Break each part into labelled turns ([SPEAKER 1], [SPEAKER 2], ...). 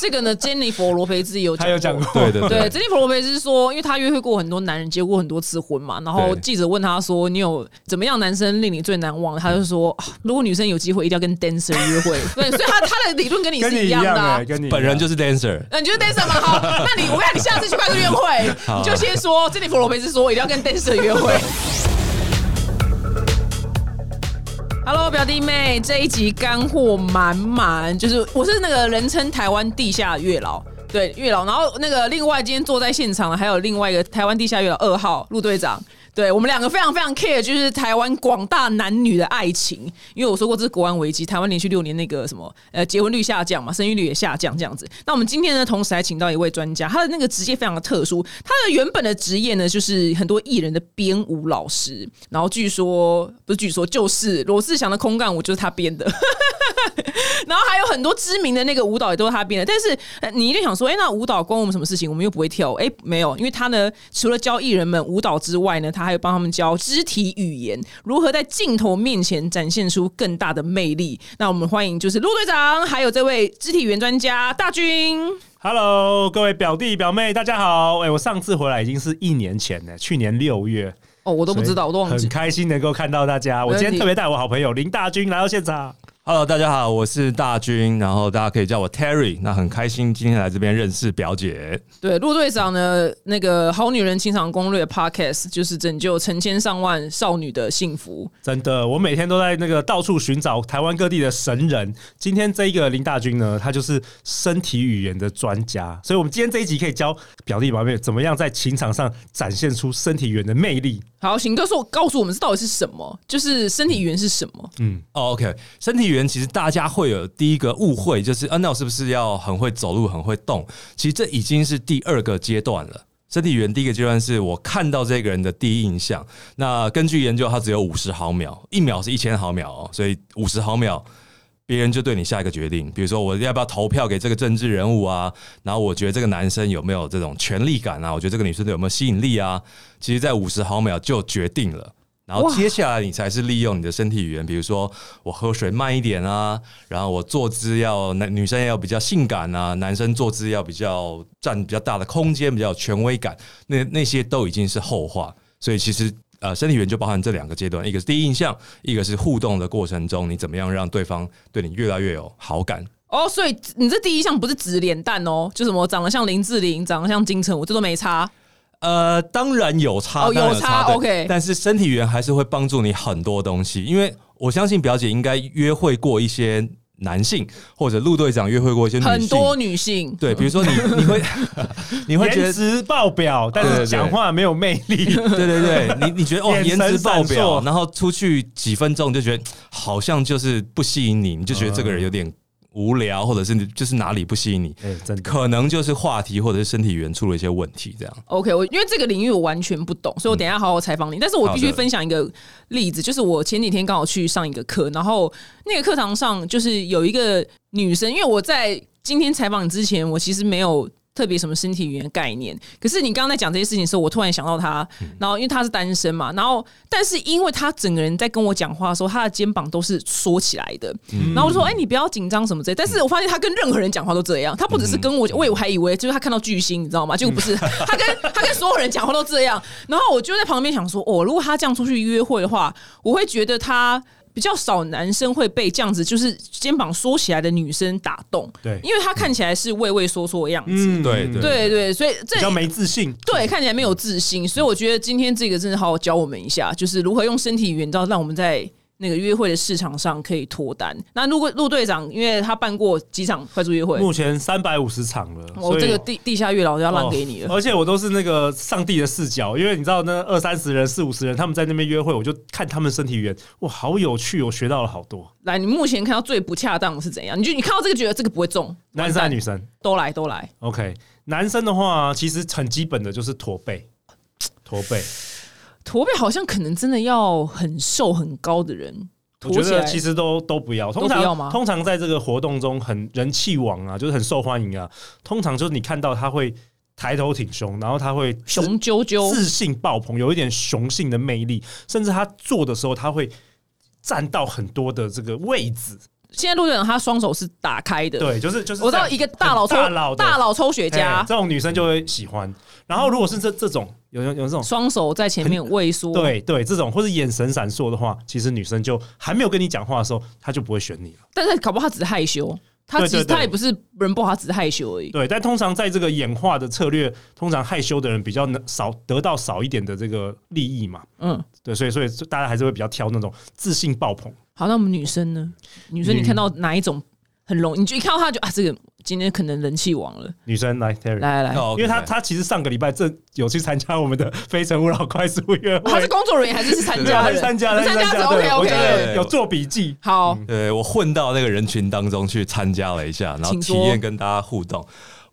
[SPEAKER 1] 这 个呢，珍妮佛罗培兹也有
[SPEAKER 2] 他有讲
[SPEAKER 1] 过。
[SPEAKER 2] 过，
[SPEAKER 3] 对对
[SPEAKER 1] 对，珍妮弗·罗培兹说，因为她约会过很多男人，结过很多次婚嘛。然后
[SPEAKER 3] 对
[SPEAKER 1] 记者问她说：“你有怎么样男生令你最难忘？”她就说、啊如果女生有机会，一定要跟 dancer 约会。”对，所以她她的理论跟你
[SPEAKER 2] 跟
[SPEAKER 1] 是
[SPEAKER 2] 你
[SPEAKER 1] 一
[SPEAKER 2] 一
[SPEAKER 1] 样的啊、
[SPEAKER 2] 欸跟你一样
[SPEAKER 3] 本人就是 dancer，
[SPEAKER 1] 嗯那你觉得 dancer 吗？好，那你我跟你讲你下次去办个约会，你就先说珍妮弗·罗培兹说我一定要跟 dancer 约会。Hello，表弟妹，这一集干货满满，就是我是那个人称台湾地下月老，对月老。然后那个另外今天坐在现场的还有另外一个台湾地下月老二号陆队长，对我们两个非常非常 care，就是台湾广大男女的爱情，因为我说过这是国安危机，台湾连续六年那个什么呃结婚率下降嘛，生育率也下降这样子。那我们今天呢，同时还请到一位专家，他的那个职业非常的特殊，他的原本的职业呢就是很多艺人的编舞老师，然后据说不是据说就是罗志祥的空干舞就是他编的。然后还有很多知名的那个舞蹈也都是他编的。但是呃你一定想说，哎，那舞蹈关我们什么事情？我们又不会跳舞。哎，没有，因为他呢，除了教艺人们舞蹈之外呢，他还有帮他们教肢体语言，如何在镜头面前展现出更大的魅力。那我们欢迎就是陆队长，还有这位肢体语言专家大军。
[SPEAKER 2] Hello，各位表弟表妹，大家好！哎、我上次回来已经是一年前了，去年六月，
[SPEAKER 1] 哦，我
[SPEAKER 2] 我
[SPEAKER 1] 都不知道，我都忘记
[SPEAKER 2] 很。开心能够看到大家。我今
[SPEAKER 1] 没问
[SPEAKER 2] 天
[SPEAKER 1] 题
[SPEAKER 2] 特别带我好朋友林大军来到现场，
[SPEAKER 3] Hello，大家好，我是大军，然后大家可以叫我 Terry。那很开心今天来这边认识表姐，
[SPEAKER 1] 对，陆队长呢，那个《好女人情场攻略》Podcast 就是拯救成千上万少女的幸福。
[SPEAKER 2] 真的，我每天都在那个到处寻找台湾各地的神人。今天这一个林大军呢，他就是身体语言的专家，所以我们今天这一集可以教表弟表妹怎么样在情场上展现出身体语言的魅力。
[SPEAKER 1] 好，请告诉我，告诉我们这到底是什么？就是身体语言是什么？
[SPEAKER 2] 嗯，
[SPEAKER 3] 哦、o k 身体语言其实大家会有第一个误会，就是啊，那我是不是要很会走路、很会动？其实这已经是第二个阶段了。身体语言第一个阶段是我看到这个人的第一印象。那根据研究，它只有五十毫秒，一秒是一千毫秒哦，所以五十毫秒。别人就对你下一个决定，比如说我要不要投票给这个政治人物啊，然后我觉得这个男生有没有这种权力感啊，我觉得这个女生有没有吸引力啊，其实在五十毫秒就决定了。然后
[SPEAKER 1] 哇
[SPEAKER 3] 接下来你才是利用你的身体语言，比如说我喝水慢一点啊，然后我坐姿要男女生要比较性感啊，男生坐姿要比较占比较大的空间，比较有权威感，那那些都已经是后话。所以其实呃，身体语言就包含这两个阶段，一个是第一印象，一个是互动的过程中，你怎么样让对方对你越来越有好感。
[SPEAKER 1] 哦，所以你这第一项不是指脸蛋哦，就什么长得像林志玲，长得像金城武，这都没差。
[SPEAKER 3] 呃，当然有差，
[SPEAKER 1] 哦
[SPEAKER 3] 当然
[SPEAKER 1] 有差
[SPEAKER 3] 对
[SPEAKER 1] OK
[SPEAKER 3] 但是身体语言还是会帮助你很多东西，因为我相信表姐应该约会过一些男性，或者陆队长约会过一些女性，
[SPEAKER 1] 很多女性，
[SPEAKER 3] 对，比如说你 你会你会觉
[SPEAKER 2] 颜
[SPEAKER 3] 得。
[SPEAKER 2] 值爆表，但
[SPEAKER 3] 对
[SPEAKER 2] 是
[SPEAKER 3] 对对
[SPEAKER 2] 讲话没有魅力。
[SPEAKER 3] 对对对，你你觉得哇
[SPEAKER 2] 眼
[SPEAKER 3] 颜
[SPEAKER 2] 神
[SPEAKER 3] 值 爆
[SPEAKER 2] 闪
[SPEAKER 3] 表，
[SPEAKER 2] 烁
[SPEAKER 3] 然后出去几分钟就觉得好像就是不吸引你，你就觉得这个人有点无聊，或者是你就是哪里不吸引你，
[SPEAKER 2] 哎、真的。
[SPEAKER 3] 可能就是话题或者是身体语言出了一些问题，这样。
[SPEAKER 1] OK，我因为这个领域我完全不懂，所以我等一下好好采访你。但是我必须
[SPEAKER 3] 嗯好的
[SPEAKER 1] 分享一个例子，就是我前几天刚好去上一个课，然后那个课堂上就是有一个女生，因为我在今天采访你之前，我其实没有。特别什么身体语言的概念，可是你刚刚在讲这些事情的时候，我突然想到她，然后因为她是单身嘛，然后但是因为她整个人在跟我讲话的时候，她的肩膀都是缩起来的，然后我就说：“哎、你不要紧张什么之类。”但是我发现他跟任何人讲话都这样，他不只是跟我，我以为还以为就是他看到巨星，你知道吗？结果不是，他跟他跟所有人讲话都这样。然后我就在旁边想说：“哦，如果他这样出去约会的话，我会觉得他。”比较少男生会被这样子，就是肩膀缩起来的女生打动，
[SPEAKER 2] 对
[SPEAKER 1] 因为她看起来是畏畏缩缩的样子，
[SPEAKER 2] 嗯
[SPEAKER 3] 对对
[SPEAKER 1] 对对，所以
[SPEAKER 2] 比
[SPEAKER 1] 这
[SPEAKER 2] 较没自信。
[SPEAKER 1] 对，看起来没有自信，所以我觉得今天这个真的好好教我们一下，就是如何用身体语言，到让我们在那个约会的市场上可以脱单。那陆队陆队长，因为他办过几场快速约会，
[SPEAKER 2] 目前三百五十场了，
[SPEAKER 1] 我、
[SPEAKER 2] 所以
[SPEAKER 1] 哦这个地地下月老就要让给你了。
[SPEAKER 2] 哦而且我都是那个上帝的视角，因为你知道那二三十人、四五十人他们在那边约会，我就看他们身体语言，哇，好有趣，我学到了好多。
[SPEAKER 1] 来，你目前看到最不恰当的是怎样？你就你看到这个觉得这个不会中，
[SPEAKER 2] 男生还是女生
[SPEAKER 1] 都来都来，
[SPEAKER 2] ？OK，男生的话其实很基本的就是驼背，驼背，
[SPEAKER 1] 驼背好像可能真的要很瘦很高的人，
[SPEAKER 2] 我
[SPEAKER 1] 驼
[SPEAKER 2] 觉
[SPEAKER 1] 起
[SPEAKER 2] 得
[SPEAKER 1] 来
[SPEAKER 2] 其实都都不要。通
[SPEAKER 1] 都不要吗
[SPEAKER 2] 常通常在这个活动中很人气王啊，就是很受欢迎啊。通常就是你看到他会抬头挺胸，然后他会自
[SPEAKER 1] 雄赳赳。
[SPEAKER 2] 自信爆棚，有一点雄性的魅力，甚至他做的时候他会占到很多的这个位置，
[SPEAKER 1] 现在陆队长他双手是打开的，，
[SPEAKER 2] 对，就是就是
[SPEAKER 1] 我知
[SPEAKER 2] 这
[SPEAKER 1] 道
[SPEAKER 2] 样
[SPEAKER 1] 一个大佬抽
[SPEAKER 2] 大佬的
[SPEAKER 1] 大佬抽雪
[SPEAKER 2] 哎
[SPEAKER 1] 茄
[SPEAKER 2] 这，种女生就会喜欢。然后如果是这这种有有有这种
[SPEAKER 1] 双手在前面畏缩，，
[SPEAKER 2] 哦对对这种或者眼神闪烁的话，其实女生就还没有跟你讲话的时候，她就不会选你了。
[SPEAKER 1] 但是搞不好他只是害羞，他
[SPEAKER 2] 对
[SPEAKER 1] 其实
[SPEAKER 2] 对对
[SPEAKER 1] 他也不是人不好，他只是害羞而已。
[SPEAKER 2] 对，但通常在这个演化的策略，通常害羞的人比较能少得到少一点的这个利益嘛。
[SPEAKER 1] 嗯，
[SPEAKER 2] 对，所以所以大家还是会比较挑那种自信爆棚。
[SPEAKER 1] 好，那我们女生呢？女生你
[SPEAKER 2] 女
[SPEAKER 1] 看到哪一种很容易？你就一看到她就啊，这个今天可能人气王了。
[SPEAKER 2] 女生来 Terry，
[SPEAKER 1] 来来来，
[SPEAKER 3] 哦，
[SPEAKER 2] 因为她
[SPEAKER 3] OK
[SPEAKER 2] 她其实上个礼拜正有去参加我们的《非诚勿扰》快速约
[SPEAKER 1] 她哦是
[SPEAKER 2] 会，
[SPEAKER 1] 工作人员还是是参加
[SPEAKER 2] 她
[SPEAKER 1] 的
[SPEAKER 2] 去
[SPEAKER 1] 人？
[SPEAKER 2] 参加，她去
[SPEAKER 1] 参加
[SPEAKER 2] 参
[SPEAKER 1] 是
[SPEAKER 2] 加，
[SPEAKER 1] OK
[SPEAKER 2] 对，我
[SPEAKER 1] OK。
[SPEAKER 2] 觉得有嗯做笔记。
[SPEAKER 1] 好，
[SPEAKER 3] 对我混到那个人群当中去参加了一下，然后
[SPEAKER 1] 请
[SPEAKER 3] 体
[SPEAKER 1] 说
[SPEAKER 3] 验跟大家互动。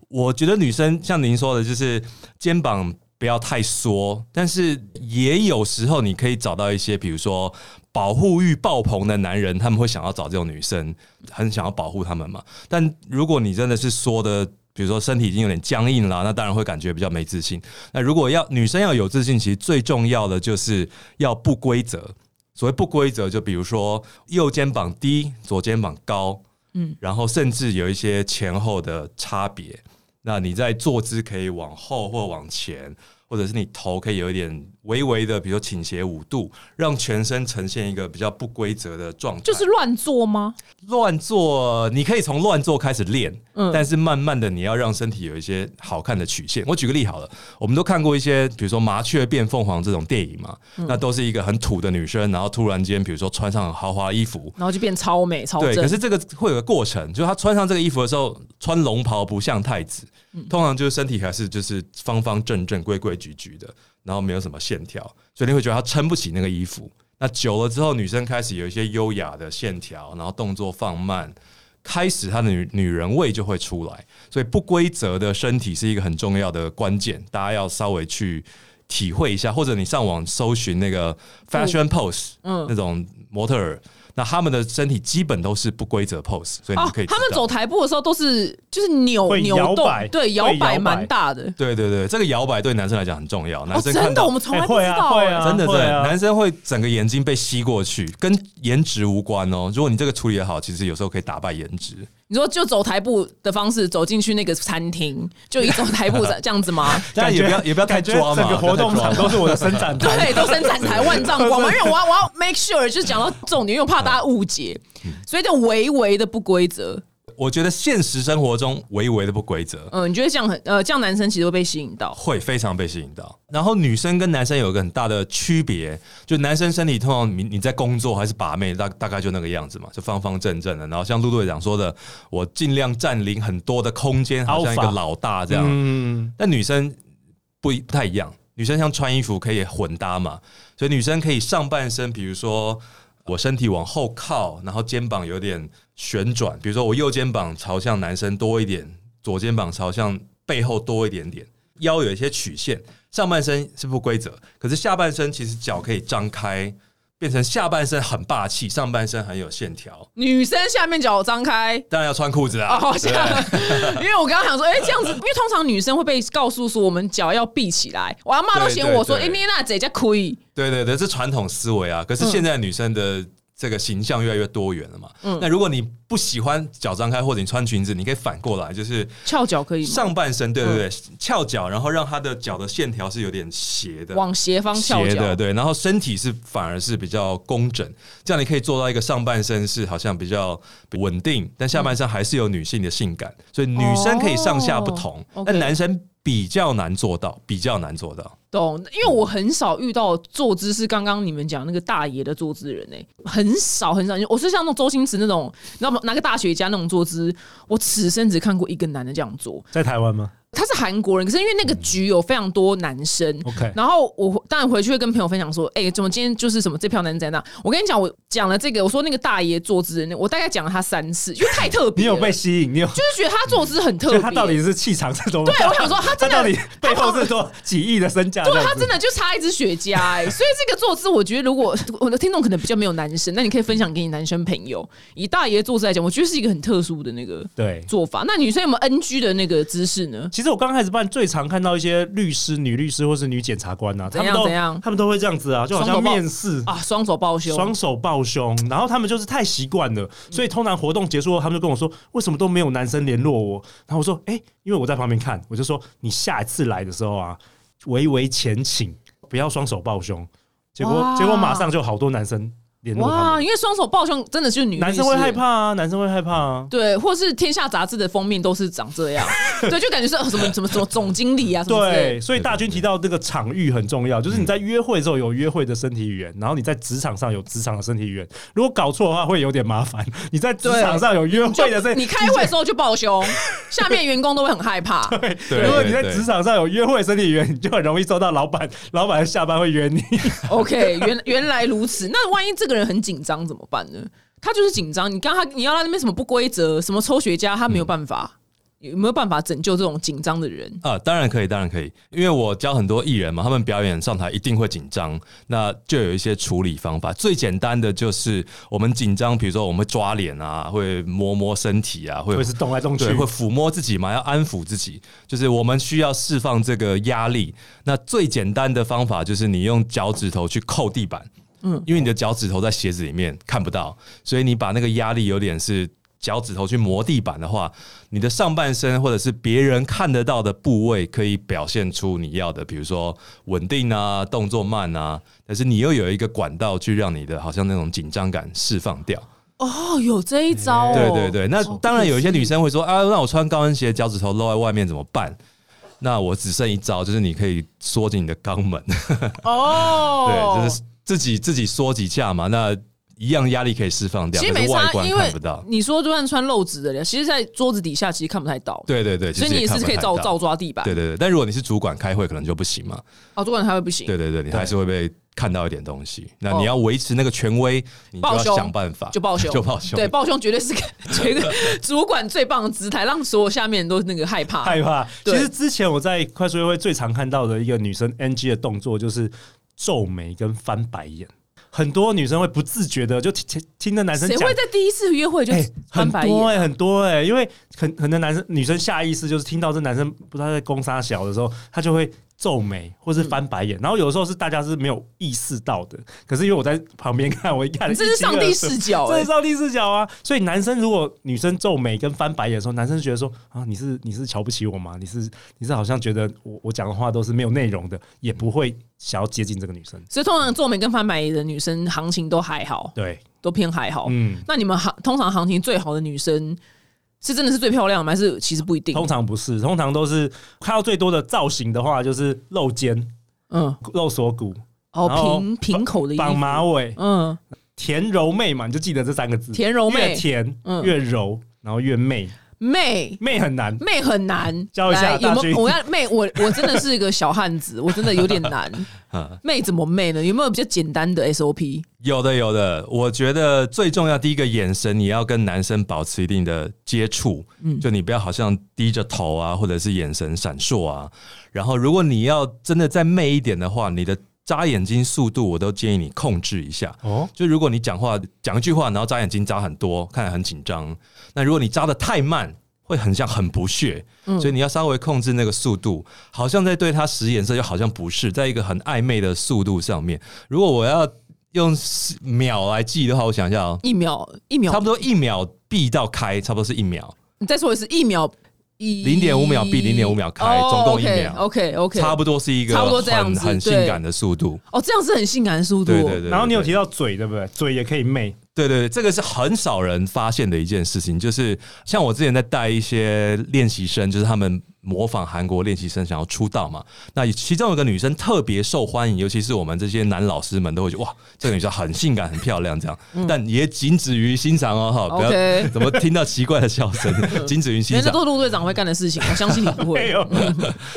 [SPEAKER 3] 我觉得女生像您说的，就是肩膀不要太缩，但是也有时候你可以找到一些，比如说保护欲爆棚的男人，他们会想要找这种女生，很想要保护他们嘛。但如果你真的是缩的，比如说身体已经有点僵硬了，那当然会感觉比较没自信。那如果要女生要有自信，其实最重要的就是要不规则。所谓不规则，就比如说右肩膀低，左肩膀高，嗯，然后甚至有一些前后的差别。那你在坐姿可以往后或往前，或者是你头可以有一点微微的，比如说倾斜五度，让全身呈现一个比较不规则的状态。
[SPEAKER 1] 就是乱做吗？
[SPEAKER 3] 乱做，你可以从乱做开始练，
[SPEAKER 1] 嗯
[SPEAKER 3] 但是慢慢的你要让身体有一些好看的曲线。我举个例好了，我们都看过一些，比如说《麻雀变凤凰》这种电影嘛，那都是一个很土的女生，然后突然间，比如说穿上很豪华的衣服。
[SPEAKER 1] 然后就变超美超
[SPEAKER 3] 对，可
[SPEAKER 1] 正。
[SPEAKER 3] 是这个会有个过程，就是她穿上这个衣服的时候，穿龙袍不像太子，通常就是身体还是就是方方正正、规规矩矩的，然后没有什么线条，所以你会觉得她撑不起那个衣服。那久了之后，女生开始有一些优雅的线条，然后动作放慢，开始她的女女人味就会出来。所以不规则的身体是一个很重要的关键，大家要稍微去体会一下，或者你上网搜寻那个 fashion pose，嗯，那种模特儿，那他们的身体基本都是不规则 pose，所以你
[SPEAKER 1] 哦
[SPEAKER 3] 可以、，知
[SPEAKER 1] 他们
[SPEAKER 3] 道
[SPEAKER 1] 走台步的时候都是就是扭
[SPEAKER 2] 会
[SPEAKER 1] 扭
[SPEAKER 2] 摇
[SPEAKER 1] 动
[SPEAKER 2] 摆，
[SPEAKER 1] 对，
[SPEAKER 2] 会
[SPEAKER 1] 摇
[SPEAKER 2] 摇
[SPEAKER 1] 摆
[SPEAKER 2] 摆
[SPEAKER 1] 蛮大的。
[SPEAKER 3] 对对对，这个摇摆对男生来讲很重要，
[SPEAKER 1] 哦，
[SPEAKER 3] 男生看
[SPEAKER 1] 真的，
[SPEAKER 3] 到
[SPEAKER 1] 我们从来
[SPEAKER 2] 哎
[SPEAKER 1] 不
[SPEAKER 2] 会
[SPEAKER 1] 知
[SPEAKER 2] 啊
[SPEAKER 1] 道。
[SPEAKER 2] 会
[SPEAKER 1] 哎
[SPEAKER 2] 啊
[SPEAKER 3] 真的，真
[SPEAKER 2] 会
[SPEAKER 3] 的，
[SPEAKER 2] 啊
[SPEAKER 3] 男生会整个眼睛被吸过去，跟颜值无关哦。如果你这个处理的好，其实有时候可以打败颜值。
[SPEAKER 1] 你说就走台步的方式走进去那个餐厅，就以走台 步这这样子吗？
[SPEAKER 3] 但也不要也不要太
[SPEAKER 2] 感觉
[SPEAKER 3] 抓嘛，
[SPEAKER 2] 整个
[SPEAKER 3] 不要
[SPEAKER 2] 活
[SPEAKER 3] 太
[SPEAKER 2] 动
[SPEAKER 3] 抓
[SPEAKER 2] 场
[SPEAKER 3] 嘛
[SPEAKER 2] 都是我的伸 展台。
[SPEAKER 1] 对，都伸展台万丈光嘛。因为我要我要 make sure 就是讲到重点，因为我怕大家误解，
[SPEAKER 3] 嗯
[SPEAKER 1] 所以就微微的不规则。
[SPEAKER 3] 我觉得现实生活中微微的不规则，
[SPEAKER 1] 嗯，你觉得这样很呃，这样男生其实会被吸引到。
[SPEAKER 3] 会非常被吸引到。然后女生跟男生有一个很大的区别，就男生身体通常你你在工作还是把妹，大大概就那个样子嘛，就方方正正的。然后像陆队长说的，我尽量占领很多的空间，好像一个
[SPEAKER 2] Alpha
[SPEAKER 3] 老大这样。
[SPEAKER 2] 嗯，
[SPEAKER 3] 但女生不一不太一样，女生像穿衣服可以混搭嘛，所以女生可以上半身，比如说我身体往后靠，然后肩膀有点旋转，比如说我右肩膀朝向男生多一点，左肩膀朝向背后多一点点，腰有一些曲线，上半身是不规则，可是下半身其实脚可以张开。变成下半身很霸气，上半身很有线条，
[SPEAKER 1] 女生下面脚张开。
[SPEAKER 3] 当然要穿裤子啊。
[SPEAKER 1] 哦，好像
[SPEAKER 3] 对不 对，
[SPEAKER 1] 因为我刚刚想说，哎、这样子，因为通常女生会被告诉说我们脚要闭起来，我阿妈都嫌我说，哎、
[SPEAKER 3] 对对对
[SPEAKER 1] 你那这家亏，
[SPEAKER 3] 对对对，这传统思维啊。可
[SPEAKER 1] 嗯
[SPEAKER 3] 是现在女生的这个形象越来越多元了嘛。
[SPEAKER 1] 嗯
[SPEAKER 3] 那如果你不喜欢脚张开，或者你穿裙子，你可以反过来，就是
[SPEAKER 1] 翘脚可以吗？嗯
[SPEAKER 3] 上半身，对对对，翘脚，然后让她的脚的线条是有点斜的。
[SPEAKER 1] 往斜方翘
[SPEAKER 3] 斜的
[SPEAKER 1] 脚，
[SPEAKER 3] 对，然后身体是反而是比较工整，这样你可以做到一个上半身是好像比较稳定，但下半身还是有女性的性感，所以女生可以上下不同，
[SPEAKER 1] 哦，OK
[SPEAKER 3] 但男生比较难做到，比较难做到。
[SPEAKER 1] 懂？因为我很少遇到坐姿是刚刚你们讲那个大爷的坐姿人哎、很少很少。我是像那种周星驰那种，你知道吗？拿个大雪茄那种坐姿，我此生只看过一个男的这样做，
[SPEAKER 2] 在台湾吗
[SPEAKER 1] 他是韩国人，可是因为那个局有非常多男生，
[SPEAKER 2] 嗯？OK，
[SPEAKER 1] 然后我当然回去会跟朋友分享说，哎、怎么今天就是什么这票男怎样？我跟你讲，我讲了这个，我说那个大爷坐姿，我大概讲了他三次，因为太特别
[SPEAKER 2] 你
[SPEAKER 1] 了，
[SPEAKER 2] 有被吸引？你有？
[SPEAKER 1] 就是觉得他坐姿很特
[SPEAKER 2] 就
[SPEAKER 1] 别，
[SPEAKER 2] 他到底是气场是多？
[SPEAKER 1] 对我想说他真的
[SPEAKER 2] 到底背后是多几亿的身价？对
[SPEAKER 1] 对他真的就差一支雪茄哎、所以这个坐姿，我觉得如果我的听众可能比较没有男生，那你可以分享给你男生朋友。以大爷坐姿来讲，我觉得是一个很特殊的那个
[SPEAKER 2] 对。
[SPEAKER 1] 做法。那女生有没有 NG 的那个姿势呢？
[SPEAKER 2] 其实我我刚开始办，最常看到一些律师、女律师或是女检察官啊，
[SPEAKER 1] 怎
[SPEAKER 2] 他
[SPEAKER 1] 样
[SPEAKER 2] 们都
[SPEAKER 1] 怎样
[SPEAKER 2] 他们都会这样子啊，就好
[SPEAKER 1] 双手
[SPEAKER 2] 像
[SPEAKER 1] 抱
[SPEAKER 2] 面试
[SPEAKER 1] 啊，双手抱胸，
[SPEAKER 2] 双手抱胸，然后他们就是太习惯了，
[SPEAKER 1] 嗯
[SPEAKER 2] 所以通常活动结束后，他们就跟我说，为什么都没有男生联络我？然后我说，哎、因为我在旁边看，我就说，你下一次来的时候啊，微微前倾，不要双手抱胸。结果
[SPEAKER 1] 哇
[SPEAKER 2] 结果马上就好多男生联络他
[SPEAKER 1] 哇，
[SPEAKER 2] 们，
[SPEAKER 1] 因为双手抱胸真的是女律师
[SPEAKER 2] 男生会害怕。啊，男生会害怕啊。
[SPEAKER 1] 对，或是《天下》杂志的封面都是长这样，对，就感觉是、呃、什么什么什么总经理啊，什么之类
[SPEAKER 2] 对，
[SPEAKER 1] 的。
[SPEAKER 2] 所以大军提到这个场域很重要，
[SPEAKER 1] 嗯
[SPEAKER 2] 就是你在约会的时候有约会的身体语言，然后你在职场上有职场的身体语言。如果搞错的话，会有点麻烦。你在职场上有约会的身体语言，
[SPEAKER 1] 你开会的时候就抱胸，下面员工都会很害怕。
[SPEAKER 3] 对
[SPEAKER 2] 如果你在
[SPEAKER 3] 对
[SPEAKER 2] 职场上有约会身体语言，你就很容易受到老板， 老板下班会约你。
[SPEAKER 1] OK，原原来如此。那万一这个人很紧张怎么办呢？他就是紧张，你刚他你要他那边什么不规则，什么抽雪茄，他没有办法，有没有办法拯救这种紧张的人？
[SPEAKER 3] 啊，当然可以，当然可以，因为我教很多艺人嘛，他们表演上台一定会紧张，那就有一些处理方法。最简单的就是我们紧张，比如说我们会抓脸啊，会摸摸身体啊，会
[SPEAKER 2] 会是动来动去
[SPEAKER 3] 对，，会抚摸自己嘛，要安抚自己，就是我们需要释放这个压力。那最简单的方法就是你用脚趾头去扣地板，嗯，因为你的脚趾头在鞋子里面看不到，所以你把那个压力有点是脚趾头去磨地板的话，你的上半身或者是别人看得到的部位可以表现出你要的，比如说稳定啊，动作慢啊，但是你又有一个管道去让你的好像那种紧张感释放掉。
[SPEAKER 1] 哦，有这一招、哦。
[SPEAKER 3] 对对对，那
[SPEAKER 1] 哦
[SPEAKER 3] 当然有一些女生会说啊，那我穿高跟鞋，脚趾头露在外面怎么办？那我只剩一招，就是你可以缩紧你的肛门，
[SPEAKER 1] 哦，
[SPEAKER 3] 对，就是自己自己缩几下嘛，那一样压力可以释放掉，
[SPEAKER 1] 其实
[SPEAKER 3] 可
[SPEAKER 1] 没
[SPEAKER 3] 是外
[SPEAKER 1] 差，
[SPEAKER 3] 观
[SPEAKER 1] 因
[SPEAKER 3] 看
[SPEAKER 1] 为
[SPEAKER 3] 不到。
[SPEAKER 1] 你说就算穿露趾的人，其实，在桌子底下其实看不太到。，
[SPEAKER 3] 对对对，
[SPEAKER 1] 所以
[SPEAKER 3] 其
[SPEAKER 1] 你
[SPEAKER 3] 实
[SPEAKER 1] 也
[SPEAKER 3] 看
[SPEAKER 1] 是
[SPEAKER 3] 不
[SPEAKER 1] 可以
[SPEAKER 3] 太
[SPEAKER 1] 照
[SPEAKER 3] 到
[SPEAKER 1] 照。抓地板。
[SPEAKER 3] 对对对，但如果你是主管开会，可能就不行嘛。
[SPEAKER 1] 哦，主管他会不行，
[SPEAKER 3] 对对对，你还是会被看到一点东西。那
[SPEAKER 1] 哦
[SPEAKER 3] 你要维持那个权威，你就
[SPEAKER 1] 抱
[SPEAKER 3] 要
[SPEAKER 1] 胸
[SPEAKER 3] 想办法，
[SPEAKER 1] 就抱胸，
[SPEAKER 3] 就抱胸。
[SPEAKER 1] 对，抱胸绝对是个 绝对主管最棒的姿态，让所有下面人都那个害怕。
[SPEAKER 2] 害怕。
[SPEAKER 1] 对
[SPEAKER 2] 其实之前我在快速约会最常看到的一个女生 NG 的动作，就是皱眉跟翻白眼。很多女生会不自觉的就听听听着男生
[SPEAKER 1] 谁
[SPEAKER 2] 讲，
[SPEAKER 1] 会在第一次约会就
[SPEAKER 2] 哎、
[SPEAKER 1] 翻
[SPEAKER 2] 很
[SPEAKER 1] 白眼？啊
[SPEAKER 2] 多哎、很多哎、因为很很多男生女生下意识就是听到这男生不知道在攻杀小的时候，他就会皱眉或是翻白眼，然后有的时候是大家是没有意识到的，可是因为我在旁边看，我一看
[SPEAKER 3] 啊
[SPEAKER 1] 你这是上帝视角、
[SPEAKER 2] 这
[SPEAKER 1] 哎
[SPEAKER 2] 是上帝视角啊！所以男生如果女生皱眉跟翻白眼的时候，男生觉得说啊，你是你是瞧不起我吗？你是你是好像觉得我我讲的话都是没有内容的，也不会想要接近这个女生。
[SPEAKER 1] 所以通常皱眉跟翻白眼的女生行情都还好，
[SPEAKER 2] 对，
[SPEAKER 1] 都偏还好。
[SPEAKER 2] 嗯，
[SPEAKER 1] 那你们行通常行情最好的女生是真的是最漂亮的吗？还是其实不一定？
[SPEAKER 2] 通常不是，通常都是看到最多的造型的话，就是露肩、
[SPEAKER 1] 嗯，
[SPEAKER 2] 露锁骨、
[SPEAKER 1] 哦，
[SPEAKER 2] 然后
[SPEAKER 1] 平平口的衣服
[SPEAKER 2] 绑马尾、
[SPEAKER 1] 嗯，
[SPEAKER 2] 甜柔媚嘛，你就记得这三个字。
[SPEAKER 1] 甜柔
[SPEAKER 2] 越
[SPEAKER 1] 妹
[SPEAKER 2] 甜
[SPEAKER 1] 嗯
[SPEAKER 2] 越柔，然后越媚，
[SPEAKER 1] 妹
[SPEAKER 2] 媚很难。
[SPEAKER 1] 妹很 难，
[SPEAKER 2] 教一下
[SPEAKER 1] 来有
[SPEAKER 2] 大
[SPEAKER 1] 没
[SPEAKER 2] 军
[SPEAKER 1] 有？我要妹，我我真的是一个小汉子，我真的有点 难。
[SPEAKER 3] 嗯
[SPEAKER 1] 妹怎么妹呢？有没有比较简单的 SOP？
[SPEAKER 3] 有的，有的。我觉得最重要，第一个眼神，你要跟男生保持一定的接触，就你不要好像低着头啊，或者是眼神闪烁啊。然后，如果你要真的再媚一点的话，你的眨眼睛速度，我都建议你控制一下。
[SPEAKER 2] 哦，
[SPEAKER 3] 就如果你讲话讲一句话，然后眨眼睛眨很多，看起来很紧张。那如果你眨的太慢，会很像很不屑，
[SPEAKER 1] 嗯
[SPEAKER 3] 所以你要稍微控制那个速度，好像在对他使眼色，又好像不是，在一个很暧昧的速度上面。如果我要用秒来记的话，我想一下哦，
[SPEAKER 1] 一秒一秒，
[SPEAKER 3] 差不多一秒闭到开，差不多是一秒，
[SPEAKER 1] 你再说一次，一秒一
[SPEAKER 3] 0.5秒闭0.5秒开总共一秒
[SPEAKER 1] OK OK，
[SPEAKER 3] 差不多是一个
[SPEAKER 1] 差不多这样
[SPEAKER 3] 很
[SPEAKER 1] 子
[SPEAKER 3] 很性
[SPEAKER 1] 对
[SPEAKER 3] 感的速度。
[SPEAKER 1] 哦，这样是很性感的速度。哦
[SPEAKER 3] 对对对，
[SPEAKER 2] 然后你有
[SPEAKER 3] 对
[SPEAKER 2] 提到嘴，对不对？嘴也可以媚，
[SPEAKER 3] 对对对，这个是很少人发现的一件事情，就是像我之前在带一些练习生，就是他们模仿韩国练习生想要出道嘛，那其中有个女生特别受欢迎，尤其是我们这些男老师们都会觉得哇，这个女生很性感、很漂亮这样，但也仅止于欣赏哦，哈，不要
[SPEAKER 1] OK
[SPEAKER 3] 怎么听到奇怪的笑声，仅止于欣
[SPEAKER 1] 原来这
[SPEAKER 3] 赏
[SPEAKER 1] 都。是陆队长会干的事情，我相信你 不
[SPEAKER 2] 哎
[SPEAKER 1] 会。
[SPEAKER 2] 呦，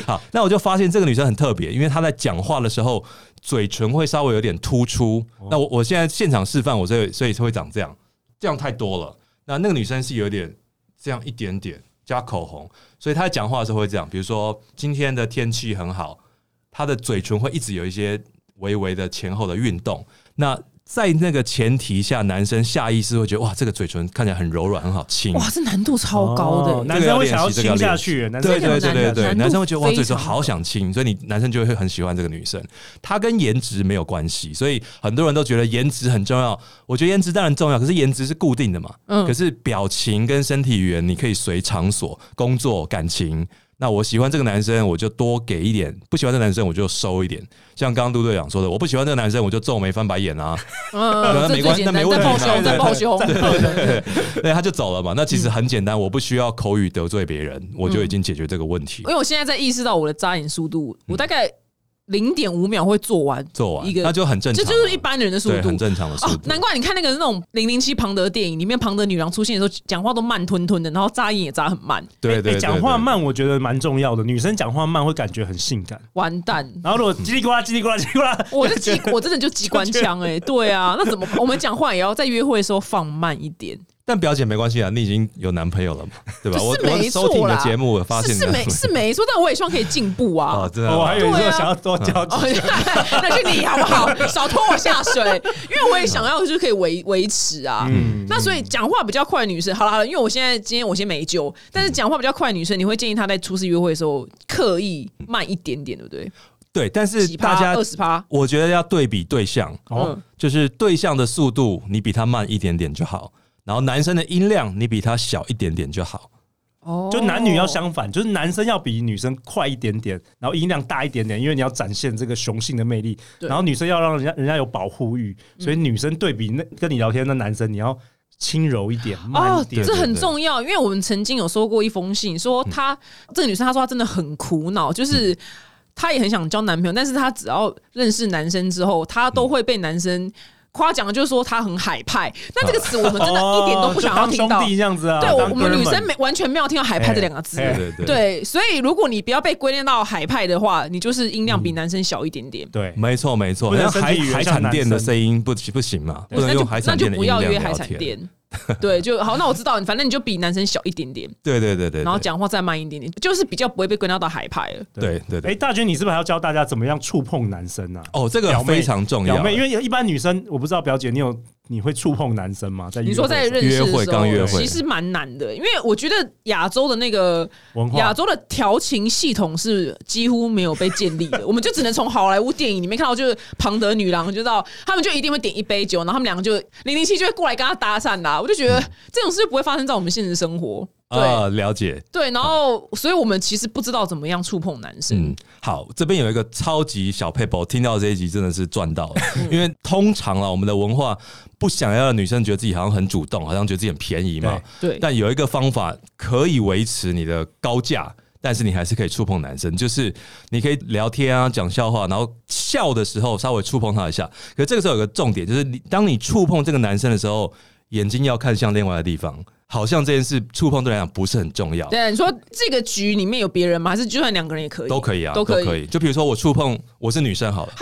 [SPEAKER 3] 好，那我就发现这个女生很特别，因为她在讲话的时候，嘴唇会稍微有点突出。那我我现在现场示范，我所以所以会长这样，这样太多了。那那个女生是有点这样一点点加口红，所以她在讲话的时候会这样。比如说今天的天气很好，她的嘴唇会一直有一些微微的前后的运动。那在那个前提下，男生下意识会觉得哇，这个嘴唇看起来很柔软，很好亲。
[SPEAKER 1] 哇，这难度超高的、
[SPEAKER 2] 哦男生会想要
[SPEAKER 3] 这个要
[SPEAKER 2] 亲
[SPEAKER 3] 练习
[SPEAKER 2] 下去，男生
[SPEAKER 3] 对
[SPEAKER 2] 会想
[SPEAKER 3] 对
[SPEAKER 2] 要亲下去
[SPEAKER 3] 对对对，
[SPEAKER 1] 难度
[SPEAKER 3] 男生会觉得哇，
[SPEAKER 1] 非
[SPEAKER 3] 嘴唇
[SPEAKER 1] 常
[SPEAKER 3] 好想亲，所以你男生就会很喜欢这个女生。她跟颜值没有关系，所以很多人都觉得颜值很重要。我觉得颜值当然重要，可是颜值是固定的嘛。
[SPEAKER 1] 嗯
[SPEAKER 3] 可是表情跟身体语言，你可以随场所、工作、感情。那我喜欢这个男生，我就多给一点；不喜欢这个男生，我就收一点。像刚刚杜队长说的，我不喜欢这个男生，我就皱眉翻白眼啊，
[SPEAKER 1] 嗯，
[SPEAKER 3] 那
[SPEAKER 1] 这
[SPEAKER 3] 没
[SPEAKER 1] 最
[SPEAKER 3] 关系
[SPEAKER 1] 简
[SPEAKER 3] 那
[SPEAKER 1] 单，
[SPEAKER 3] 没问
[SPEAKER 1] 再
[SPEAKER 3] 题
[SPEAKER 1] 抱
[SPEAKER 3] 嘛
[SPEAKER 1] 胸，再抱胸，
[SPEAKER 3] 对，他就走了嘛。那其
[SPEAKER 1] 嗯
[SPEAKER 3] 实很简单，我不需要口语得罪别人，我就已经解决这个问题
[SPEAKER 1] 因。为我现在在意识到我的扎眼速度，我大概零点五秒会做完，
[SPEAKER 3] 嗯做完
[SPEAKER 1] 一个，
[SPEAKER 3] 那就很正
[SPEAKER 1] 这
[SPEAKER 3] 常啊，
[SPEAKER 1] 就是一般人的速
[SPEAKER 3] 对，
[SPEAKER 1] 度
[SPEAKER 3] 很。正常的速
[SPEAKER 1] 哦，
[SPEAKER 3] 度。
[SPEAKER 1] 难怪你看那个那种零零七庞德电影里面，庞德女郎出现的时候，讲话都慢吞吞的，然后眨眼也眨很慢，
[SPEAKER 3] 对
[SPEAKER 2] 哎
[SPEAKER 3] 对对，
[SPEAKER 2] 哎讲话
[SPEAKER 3] 对。
[SPEAKER 2] 慢我觉得蛮重要的，女生讲话慢会感觉很性感。
[SPEAKER 1] 完 蛋！
[SPEAKER 2] 然后如果
[SPEAKER 3] 嗯
[SPEAKER 2] 叽里呱啦叽里呱啦叽里呱啦，
[SPEAKER 1] 我是机，我真的就机关枪哎、对啊，那怎么办？我们讲话也要在约会的时候放慢一点，
[SPEAKER 3] 但表姐没关系啊，你已经有男朋友了嘛，对吧？
[SPEAKER 1] 是
[SPEAKER 3] 我我
[SPEAKER 1] 没错
[SPEAKER 3] 收听你的
[SPEAKER 1] 啦
[SPEAKER 3] 节目，我发现
[SPEAKER 1] 是是
[SPEAKER 3] 你的
[SPEAKER 1] 没是没错，但我也希望可以进步啊。
[SPEAKER 3] 啊，真的
[SPEAKER 2] 哦我
[SPEAKER 3] 啊
[SPEAKER 2] 还以为你
[SPEAKER 1] 对
[SPEAKER 2] 说
[SPEAKER 1] 啊
[SPEAKER 2] 想要多交
[SPEAKER 1] 哦
[SPEAKER 2] 几，
[SPEAKER 1] 那是你好不好？少拖我下水，因为我也想要就是可以维维持啊。
[SPEAKER 2] 嗯
[SPEAKER 1] 那所以讲话比较快的女生，好啦好啦，因为我现在今天我先没救，但是讲话比较快的女生，你会建议她在初次约会的时候刻意慢一点点，对不对？
[SPEAKER 3] 对，但是
[SPEAKER 1] 几
[SPEAKER 3] 大
[SPEAKER 1] 趴
[SPEAKER 3] 家
[SPEAKER 1] 二，十嗯趴，
[SPEAKER 3] 我觉得要对比对象，
[SPEAKER 2] 哦，
[SPEAKER 3] 就是对象的速度你比他慢一点点就好，然后男生的音量你比他小一点点就好。
[SPEAKER 1] 哦
[SPEAKER 2] 就男女要相反，就是男生要比女生快一点点，然后音量大一点点，因为你要展现这个雄性的魅力，
[SPEAKER 1] 对嗯
[SPEAKER 2] 然后女生要让人家人家有保护欲，所以女生对比那跟你聊天的男生，你要轻柔一点，慢一
[SPEAKER 1] 哦，
[SPEAKER 2] 点。
[SPEAKER 1] 这很
[SPEAKER 3] 对嗯
[SPEAKER 1] 重要，因为我们曾经有收过一封信，说她、这个女生，她说她真的很苦恼，就是。她也很想交男朋友，但是她只要认识男生之后，她都会被男生夸奖，就是说她很海派。那这个词我们真的一点都不想要听
[SPEAKER 2] 哦就当
[SPEAKER 1] 到。
[SPEAKER 2] 兄弟这样子啊，
[SPEAKER 1] 对，我
[SPEAKER 2] 当
[SPEAKER 1] 我们
[SPEAKER 2] 哥
[SPEAKER 1] 女
[SPEAKER 2] 们
[SPEAKER 1] 生没完全没有听到海派这两个字。
[SPEAKER 2] 哎
[SPEAKER 3] 对对
[SPEAKER 1] 对，所以如果你不要被归类到海派的话，你就是音量比男生小一点点。
[SPEAKER 2] 对，
[SPEAKER 3] 没错没错，
[SPEAKER 2] 不能
[SPEAKER 3] 那
[SPEAKER 2] 身
[SPEAKER 3] 海
[SPEAKER 2] 体语言
[SPEAKER 3] 海
[SPEAKER 2] 像
[SPEAKER 3] 产
[SPEAKER 2] 男
[SPEAKER 3] 店的
[SPEAKER 2] 生
[SPEAKER 3] 声音不不行嘛，不能
[SPEAKER 1] 那就
[SPEAKER 3] 用海
[SPEAKER 1] 那
[SPEAKER 3] 产
[SPEAKER 1] 就
[SPEAKER 3] 店的
[SPEAKER 1] 不
[SPEAKER 3] 音
[SPEAKER 1] 要
[SPEAKER 3] 量
[SPEAKER 1] 约
[SPEAKER 3] 聊
[SPEAKER 1] 海产
[SPEAKER 3] 天。
[SPEAKER 1] 店。对，就好。那我知道，反正你就比男生小一点点，
[SPEAKER 3] 对对对对，
[SPEAKER 1] 然后
[SPEAKER 3] 对
[SPEAKER 1] 讲话再慢一点点，就是比较不会被归纳到海派了。
[SPEAKER 3] 对对对
[SPEAKER 2] 哎，大军，你是不是还要教大家怎么样触碰男生啊？
[SPEAKER 3] 哦，这
[SPEAKER 2] 表
[SPEAKER 3] 个
[SPEAKER 2] 妹
[SPEAKER 3] 非常重
[SPEAKER 2] 表
[SPEAKER 3] 要，
[SPEAKER 2] 妹，因为一般女生，我不知道表姐你有你会触碰男生吗？在
[SPEAKER 1] 你说在认识
[SPEAKER 3] 约
[SPEAKER 1] 的
[SPEAKER 3] 会
[SPEAKER 1] 时候，
[SPEAKER 3] 刚约
[SPEAKER 2] 会
[SPEAKER 1] 其实蛮难的，因为我觉得亚洲的那个
[SPEAKER 2] 文化
[SPEAKER 1] 亚洲的调情系统是几乎没有被建立 的，我们就只能从好莱坞电影里面看到，就是庞德女郎就知道，他们就一定会点一杯酒，然后他们两个就零零七就会过来跟他搭讪啦。我就觉得这种事不会发生在我们现实生活，对、
[SPEAKER 3] 嗯啊，了解。
[SPEAKER 1] 对，然后所以我们其实不知道怎么样触碰男生，
[SPEAKER 3] 嗯，好，这边有一个超级小 paper，听到这一集真的是赚 到了，
[SPEAKER 1] 嗯
[SPEAKER 3] 因为通常啊，我们的文化不想要让女生觉得自己好像很主动，好像觉得自己很便宜嘛。
[SPEAKER 1] 对，
[SPEAKER 3] 但有一个方法可以维持你的高价，但是你还是可以触碰男生，就是你可以聊天啊，讲笑话，然后笑的时候稍微触碰他一下。可是这个时候有个重点，就是你当你触碰这个男生的时候，眼睛要看向另外的地方，好像这件事触碰对来讲不是很重要。
[SPEAKER 1] 对，你说这个局里面有别人吗？还是就算两个人也可以？
[SPEAKER 3] 都可以啊，
[SPEAKER 1] 都
[SPEAKER 3] 都
[SPEAKER 1] 可
[SPEAKER 3] 可
[SPEAKER 1] 以
[SPEAKER 3] 以。就比如说我触碰，我是女生好了，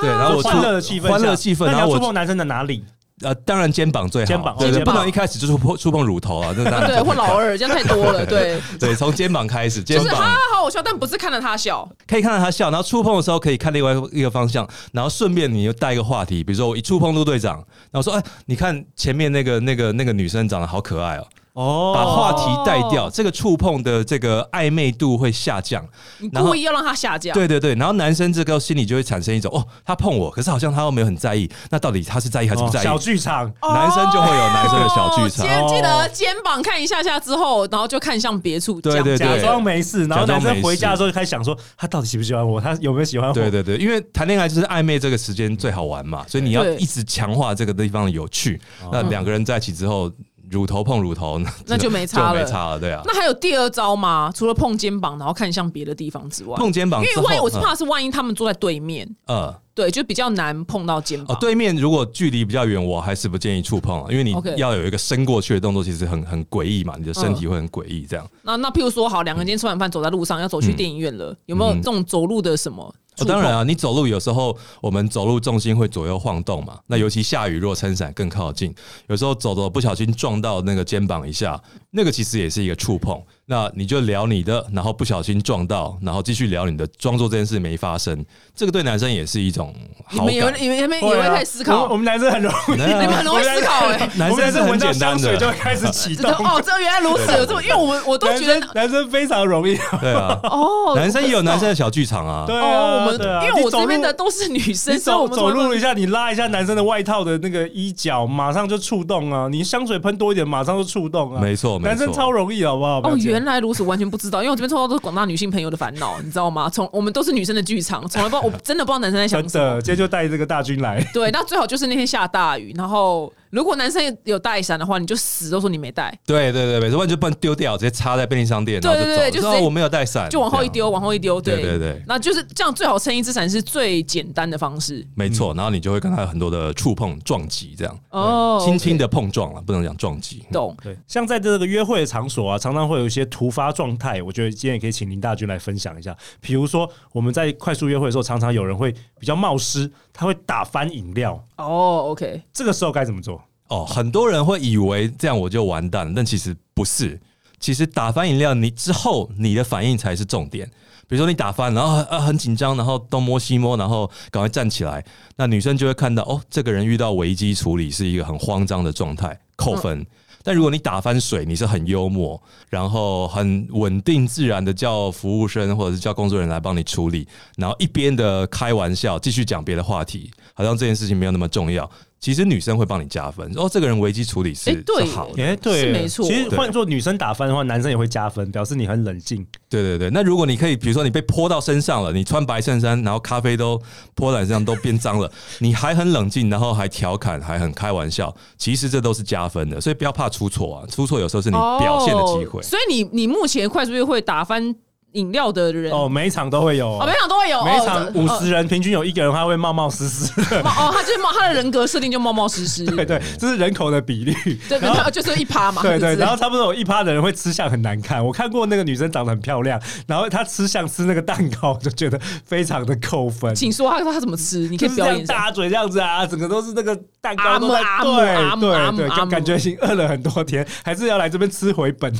[SPEAKER 3] 对，然后我触
[SPEAKER 2] 欢乐的气氛下，
[SPEAKER 3] 欢乐气氛，
[SPEAKER 2] 那你
[SPEAKER 3] 然
[SPEAKER 2] 要
[SPEAKER 3] 后
[SPEAKER 2] 触碰
[SPEAKER 3] 我
[SPEAKER 2] 男生的哪里？
[SPEAKER 3] 呃，当然肩膀最好，
[SPEAKER 2] 肩膀
[SPEAKER 3] 对
[SPEAKER 1] 哦
[SPEAKER 3] 对，
[SPEAKER 1] 肩膀
[SPEAKER 3] 不能一开始就触碰触碰乳头啊，这当然
[SPEAKER 1] 对，或老二，这样太多了，对，
[SPEAKER 3] 对，从肩膀开始，肩
[SPEAKER 1] 就是哈
[SPEAKER 3] 膀
[SPEAKER 1] 哈好好笑，但不是看着他笑，
[SPEAKER 3] 可以看到他笑，然后触碰的时候可以看另外一个方向，然后顺便你又带一个话题，比如说我一触碰陆队长，然后说哎，你看前面那个那个那个女生长得好可爱哦，
[SPEAKER 2] 哦
[SPEAKER 3] 把话题带掉，
[SPEAKER 1] 哦
[SPEAKER 3] 这个触碰的这个暧昧度会下降，
[SPEAKER 1] 你
[SPEAKER 3] 然后
[SPEAKER 1] 故意要让他下降。
[SPEAKER 3] 对对对，然后男生这个心里就会产生一种哦，他碰我，可是好像他又没有很在意，那到底他是在意还是不
[SPEAKER 2] 哦
[SPEAKER 3] 在意？
[SPEAKER 2] 小剧场，
[SPEAKER 3] 男生就会有男生的小剧场。
[SPEAKER 1] 肩
[SPEAKER 2] 哦
[SPEAKER 1] 记得肩膀看一下下之后，然后就看向别处。
[SPEAKER 3] 对
[SPEAKER 1] 这样
[SPEAKER 3] 对
[SPEAKER 2] 假
[SPEAKER 3] 对
[SPEAKER 2] 装没事，然后
[SPEAKER 3] 假装
[SPEAKER 2] 男生
[SPEAKER 3] 没
[SPEAKER 2] 回家的
[SPEAKER 3] 事
[SPEAKER 2] 时候就开始想说，他到底喜不喜欢我？他有没有喜欢我？
[SPEAKER 3] 对对对，因为谈恋爱就是暧昧这个时间最好玩嘛，所以你要一直强化这个地方的有趣。那两个人在一起之后，乳头碰乳头，
[SPEAKER 1] 哦 那就没差
[SPEAKER 3] 就
[SPEAKER 1] 了
[SPEAKER 3] 没差了，对啊。
[SPEAKER 1] 那还有第二招吗？除了碰肩膀，然后看向别的地方之外，
[SPEAKER 3] 碰肩膀
[SPEAKER 1] 因
[SPEAKER 3] 之
[SPEAKER 1] 为
[SPEAKER 3] 后，
[SPEAKER 1] 万一我是怕是万一他们坐在对面，
[SPEAKER 3] 嗯呃
[SPEAKER 1] 对，就比较难碰到肩
[SPEAKER 3] 哦
[SPEAKER 1] 膀。，
[SPEAKER 3] 对面如果距离比较远，我还是不建议触碰啊，因为你
[SPEAKER 1] OK 嗯
[SPEAKER 3] 要有一个伸过去的动作，其实很很诡异嘛，你的身体会很诡异这样。
[SPEAKER 1] 那那譬如说，好，两个人今天吃完饭走在路上要走去电影院了，有没有这种走路的什么？
[SPEAKER 3] 哦、当然啊，你走路有时候我们走路重心会左右晃动嘛。那尤其下雨，如果撑伞更靠近，有时候走走不小心撞到那个肩膀一下，那个其实也是一个触碰。那你就聊你的，然后不小心撞到，然后继续聊你的，装作这件事没发生。这个对男生也是一种
[SPEAKER 1] 你
[SPEAKER 3] 好
[SPEAKER 1] 们有
[SPEAKER 3] 感。
[SPEAKER 1] 你们你们也
[SPEAKER 2] 会
[SPEAKER 1] 会
[SPEAKER 2] 啊
[SPEAKER 1] 开始思考
[SPEAKER 2] 我，我们男生很容易，
[SPEAKER 3] 对啊
[SPEAKER 1] 你们很容易思考哎、
[SPEAKER 3] 男
[SPEAKER 2] 我们男
[SPEAKER 3] 生是
[SPEAKER 2] 生
[SPEAKER 3] 很
[SPEAKER 2] 闻到
[SPEAKER 3] 简
[SPEAKER 2] 香
[SPEAKER 3] 单
[SPEAKER 2] 水就会
[SPEAKER 3] 的，
[SPEAKER 2] 开始启
[SPEAKER 1] 就是
[SPEAKER 2] 动。
[SPEAKER 1] 哦， 这原来如此，有这么，因为我们我都
[SPEAKER 2] 男
[SPEAKER 1] 觉得
[SPEAKER 2] 生男生非常容易，
[SPEAKER 3] 对啊，
[SPEAKER 1] 哦，
[SPEAKER 3] 男生也有男生的小剧场啊。
[SPEAKER 2] 对
[SPEAKER 1] 哦，
[SPEAKER 2] 啊，
[SPEAKER 1] 我们
[SPEAKER 2] 对啊
[SPEAKER 1] 因为我
[SPEAKER 2] 你走
[SPEAKER 1] 这边
[SPEAKER 2] 路
[SPEAKER 1] 的都是女
[SPEAKER 2] 你
[SPEAKER 1] 生，所以我
[SPEAKER 2] 走
[SPEAKER 1] 们
[SPEAKER 2] 走
[SPEAKER 1] 从来
[SPEAKER 2] 路
[SPEAKER 1] 不
[SPEAKER 2] 一下，你拉一下男生的外套的那个衣角，马上就触动啊！你香水喷多一点，马上就触动啊！
[SPEAKER 3] 没错没错
[SPEAKER 2] 男生超容易，好不好？
[SPEAKER 1] 哦，原
[SPEAKER 2] 来
[SPEAKER 1] 来如此，完全不知道，因为我这边抽到都是广大女性朋友的烦恼，你知道吗？从我们都是女生的剧场，从来不知道， 我真的不知道男生在想
[SPEAKER 2] 真
[SPEAKER 1] 什么。
[SPEAKER 2] 的，今天就带这个大军来，
[SPEAKER 1] 对，那最好就是那天下大雨，然后如果男生有带伞的话，你就死都说你没带，
[SPEAKER 3] 对对对，没错，不然就不能丢掉，直接插在便利商店，
[SPEAKER 1] 对
[SPEAKER 3] 然后就
[SPEAKER 1] 对
[SPEAKER 3] 走
[SPEAKER 1] 对
[SPEAKER 3] 了。
[SPEAKER 1] 就
[SPEAKER 3] 说
[SPEAKER 1] 直接
[SPEAKER 3] 哦我没有带伞，
[SPEAKER 1] 就往后一
[SPEAKER 3] 这样。
[SPEAKER 1] 丢，往后一丢。
[SPEAKER 3] 对对对
[SPEAKER 1] 那就是这样，最好撑一只伞是最简单的方式。
[SPEAKER 3] 没错，然后你就会跟他有很多的触碰、撞击，这样
[SPEAKER 1] 哦，
[SPEAKER 3] 轻轻的碰撞了，不能讲撞击。
[SPEAKER 1] 懂。
[SPEAKER 2] 对， 像在这个约会的场所啊，常常会有一些突发状态，我觉得今天也可以请林大军来分享一下。比如说，我们在快速约会的时候，常常有人会比较冒失，他会打翻饮料，
[SPEAKER 1] 哦，OK，
[SPEAKER 2] 这个时候该怎么做？
[SPEAKER 3] 哦，很多人会以为这样我就完蛋了，但其实不是。其实打翻饮料你之后，你的反应才是重点。比如说你打翻，然后呃很紧张，然后东摸西摸，然后赶快站起来，那女生就会看到哦，这个人遇到危机处理是一个很慌张的状态，扣分。但如果你打翻水，你是很幽默，然后很稳定自然的叫服务生或者是叫工作人员来帮你处理，然后一边的开玩笑，继续讲别的话题，好像这件事情没有那么重要。其实女生会帮你加分，哦，这个人危机处理是、
[SPEAKER 1] 哎对
[SPEAKER 3] 是好的，
[SPEAKER 2] 哎、对，
[SPEAKER 1] 是没错
[SPEAKER 2] 其实
[SPEAKER 3] 对
[SPEAKER 2] 换做女生打翻的话，男生也会加分，表示你很冷静。
[SPEAKER 3] 对对对。那如果你可以，比如说你被泼到身上了，你穿白衬衫，然后咖啡都泼到你身上都变脏了， 你还很冷静，然后还调侃，还很开玩笑，其实这都是加分的，所以不要怕出错啊，出错有时候是你表现的机会。
[SPEAKER 1] 哦所以你你目前快速约会打翻饮料的人，
[SPEAKER 2] 哦，
[SPEAKER 1] 哦，
[SPEAKER 2] 每一场都会有，
[SPEAKER 1] 每场都会有，
[SPEAKER 2] 每一
[SPEAKER 1] 哦
[SPEAKER 2] 场
[SPEAKER 1] 这
[SPEAKER 2] 五十人，平均有一个人他会冒冒 失失，
[SPEAKER 1] 哦哦，他就是冒他的人格设定就冒冒失失，
[SPEAKER 2] 对
[SPEAKER 1] 对
[SPEAKER 2] 对，这是人口的比例。
[SPEAKER 1] 对，
[SPEAKER 2] 然后
[SPEAKER 1] 对就是一趴嘛，
[SPEAKER 2] 对对，
[SPEAKER 1] 是不是
[SPEAKER 2] 然后差不多有一趴的人会吃相很难看。我看过那个女生长得很漂亮，然后她吃相吃那个蛋糕，就觉得非常的扣分。
[SPEAKER 1] 请说他他怎么吃，你可
[SPEAKER 2] 就
[SPEAKER 1] 以
[SPEAKER 2] 是这
[SPEAKER 1] 表演
[SPEAKER 2] 样
[SPEAKER 1] 一下。
[SPEAKER 2] 大嘴这样子啊，整个都是那个蛋糕都在
[SPEAKER 1] 阿姆阿
[SPEAKER 2] 对
[SPEAKER 1] 姆阿
[SPEAKER 2] 对
[SPEAKER 1] 姆
[SPEAKER 2] 对，
[SPEAKER 1] 阿
[SPEAKER 2] 就
[SPEAKER 1] 姆
[SPEAKER 2] 感觉已经饿了很多天，还是要来这边吃回本。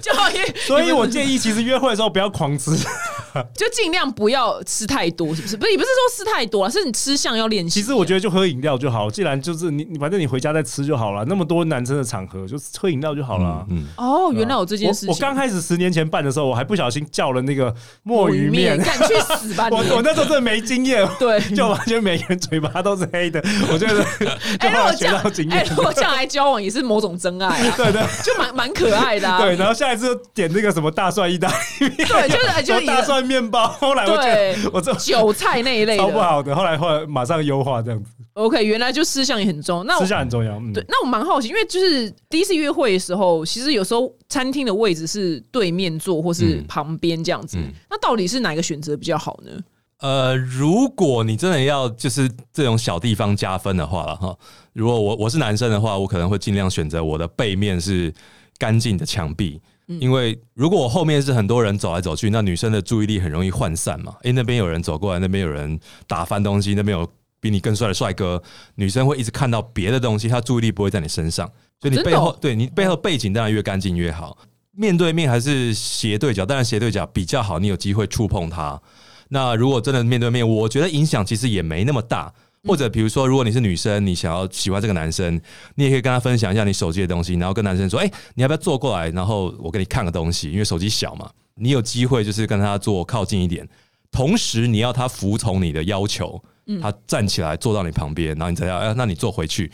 [SPEAKER 1] 就
[SPEAKER 2] 所以我
[SPEAKER 1] 就
[SPEAKER 2] 建议，其实约会的时候不要狂吃，
[SPEAKER 1] 就尽量不要吃太多，是不是？不是，也不是说吃太多啊，是你吃相要练习。
[SPEAKER 2] 其实我觉得就喝饮料就好。既然就是你，你反正你回家再吃就好了。那么多男生的场合，就喝饮料就好了。啊
[SPEAKER 3] 嗯，
[SPEAKER 1] 哦，原来有这件事情。
[SPEAKER 2] 我我刚开始十年前办的时候，我还不小心叫了那个墨
[SPEAKER 1] 墨
[SPEAKER 2] 鱼
[SPEAKER 1] 鱼
[SPEAKER 2] 面，
[SPEAKER 1] 敢去死 吧你！
[SPEAKER 2] 我我那时候真的没经验，
[SPEAKER 1] 对，
[SPEAKER 2] 就完全每个人嘴巴都是黑的，我觉得就
[SPEAKER 1] 哎，如果
[SPEAKER 2] 后来
[SPEAKER 1] 这
[SPEAKER 2] 学
[SPEAKER 1] 样
[SPEAKER 2] 到经，
[SPEAKER 1] 哎，
[SPEAKER 2] 验。
[SPEAKER 1] 如果这样来交往也是某种真爱啊，
[SPEAKER 2] 对对
[SPEAKER 1] 就蛮蛮可爱的啊。
[SPEAKER 2] 对，然后下一次就点那个什么大蒜意大利面，
[SPEAKER 1] 对，就是哎就
[SPEAKER 2] 什
[SPEAKER 1] 是
[SPEAKER 2] 么大蒜面包。后来我觉得
[SPEAKER 1] 对
[SPEAKER 2] 我这
[SPEAKER 1] 韭菜那一类
[SPEAKER 2] 超不
[SPEAKER 1] 的。
[SPEAKER 2] 好的，后来后来马上优化这样子，
[SPEAKER 1] OK，原来就吃相也很重要。那我
[SPEAKER 2] 吃相很重要。嗯
[SPEAKER 1] 对，，那我蛮好奇，因为就是第一次约会的时候，其实有时候餐厅的位置是对面坐或是
[SPEAKER 3] 嗯
[SPEAKER 1] 旁边这样子，
[SPEAKER 3] 嗯
[SPEAKER 1] 那到底是哪一个选择比较好呢？
[SPEAKER 3] 呃，如果你真的要就是这种小地方加分的话了哈，如果我我是男生的话，我可能会尽量选择我的背面是干净的墙壁，
[SPEAKER 1] 嗯
[SPEAKER 3] 因为如果我后面是很多人走来走去，那女生的注意力很容易涣散嘛。诶、那边有人走过来，那边有人打翻东西，那边有比你更帅的帅哥，女生会一直看到别的东西，她注意力不会在你身上，所以你
[SPEAKER 1] 真的
[SPEAKER 3] 背
[SPEAKER 1] 哦嗯
[SPEAKER 3] 后、对你背后背景当然越干净越好。面对面还是斜对角，当然斜对角比较好，你有机会触碰它。那如果真的面对面，我觉得影响其实也没那么大。或者比如说，如果你是女生，你想要喜欢这个男生，你也可以跟他分享一下你手机的东西，然后跟男生说：“哎、你要不要坐过来？然后我哎给你看个东西，因为手机小嘛。”你有机会就是跟他坐靠近一点，同时你要他服从你的要求，他站起来坐到你旁边，然后你再要，哎、那你坐回去。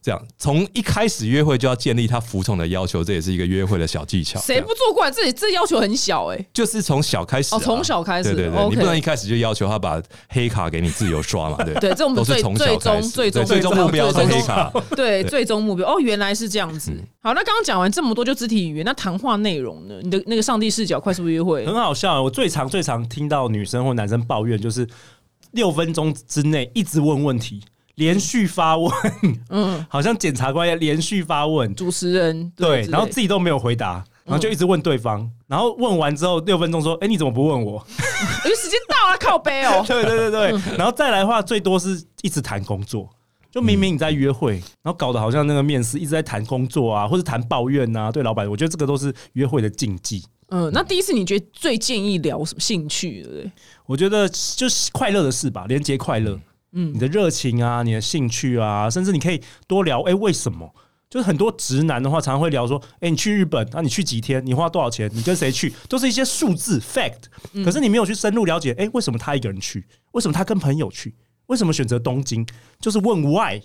[SPEAKER 3] 这样从一开始约会就要建立他服从的要求，这也是一个约会的小技巧。这
[SPEAKER 1] 谁
[SPEAKER 3] 样
[SPEAKER 1] 不坐过来？这里这要求很小哎、
[SPEAKER 3] 就是从小开始啊、
[SPEAKER 1] 哦从小开始
[SPEAKER 3] 对对对
[SPEAKER 1] OK
[SPEAKER 3] 你不能一开始就要求他把黑卡给你自由刷嘛，对
[SPEAKER 1] 对，这我们
[SPEAKER 3] 都
[SPEAKER 1] 最
[SPEAKER 3] 是从小
[SPEAKER 1] 最
[SPEAKER 3] 开
[SPEAKER 1] 终
[SPEAKER 3] 始
[SPEAKER 1] 最终
[SPEAKER 3] 对最终目标是
[SPEAKER 1] 最
[SPEAKER 3] 黑
[SPEAKER 1] 终
[SPEAKER 3] 卡，
[SPEAKER 1] 对最终目标哦，原来是这样
[SPEAKER 2] 嗯
[SPEAKER 1] 子。好，那刚刚讲完这么多就肢体语言，那谈话内容呢？你的那个上帝视角快速约会
[SPEAKER 2] 很好笑。我最常最常听到女生或男生抱怨，就是六分钟之内一直问问题，连续发问，嗯，好像检察官要连续发问，
[SPEAKER 1] 主持人
[SPEAKER 2] 对，嗯然后
[SPEAKER 1] 之类
[SPEAKER 2] 自己都没有回答，然后就一直问对方，然后问完之后六分钟说：“哎，你怎么不问我
[SPEAKER 1] 哎时间到了靠背哦
[SPEAKER 2] 嗯？”对对对对，然后再来的话最多是一直谈工作。就明明你在约会，然后搞得好像那个面试一直在谈工作啊，或者谈抱怨啊，对老板，我觉得这个都是约会的禁忌。
[SPEAKER 1] 嗯，那第一次你觉得最建议聊什么兴趣，对不对？
[SPEAKER 2] 我觉得就是快乐的事吧，连接快乐，嗯，你的热情啊，你的兴趣啊，甚至你可以多聊，哎、为什么？就是很多直男的话，常常会聊说，哎、你去日本，那、你去几天？你花多少钱？你跟谁去？都是一些数字 fact，可是你没有去深入了解，哎、为什么他一个人去？为什么他跟朋友去？为什么选择东京？就是问 why。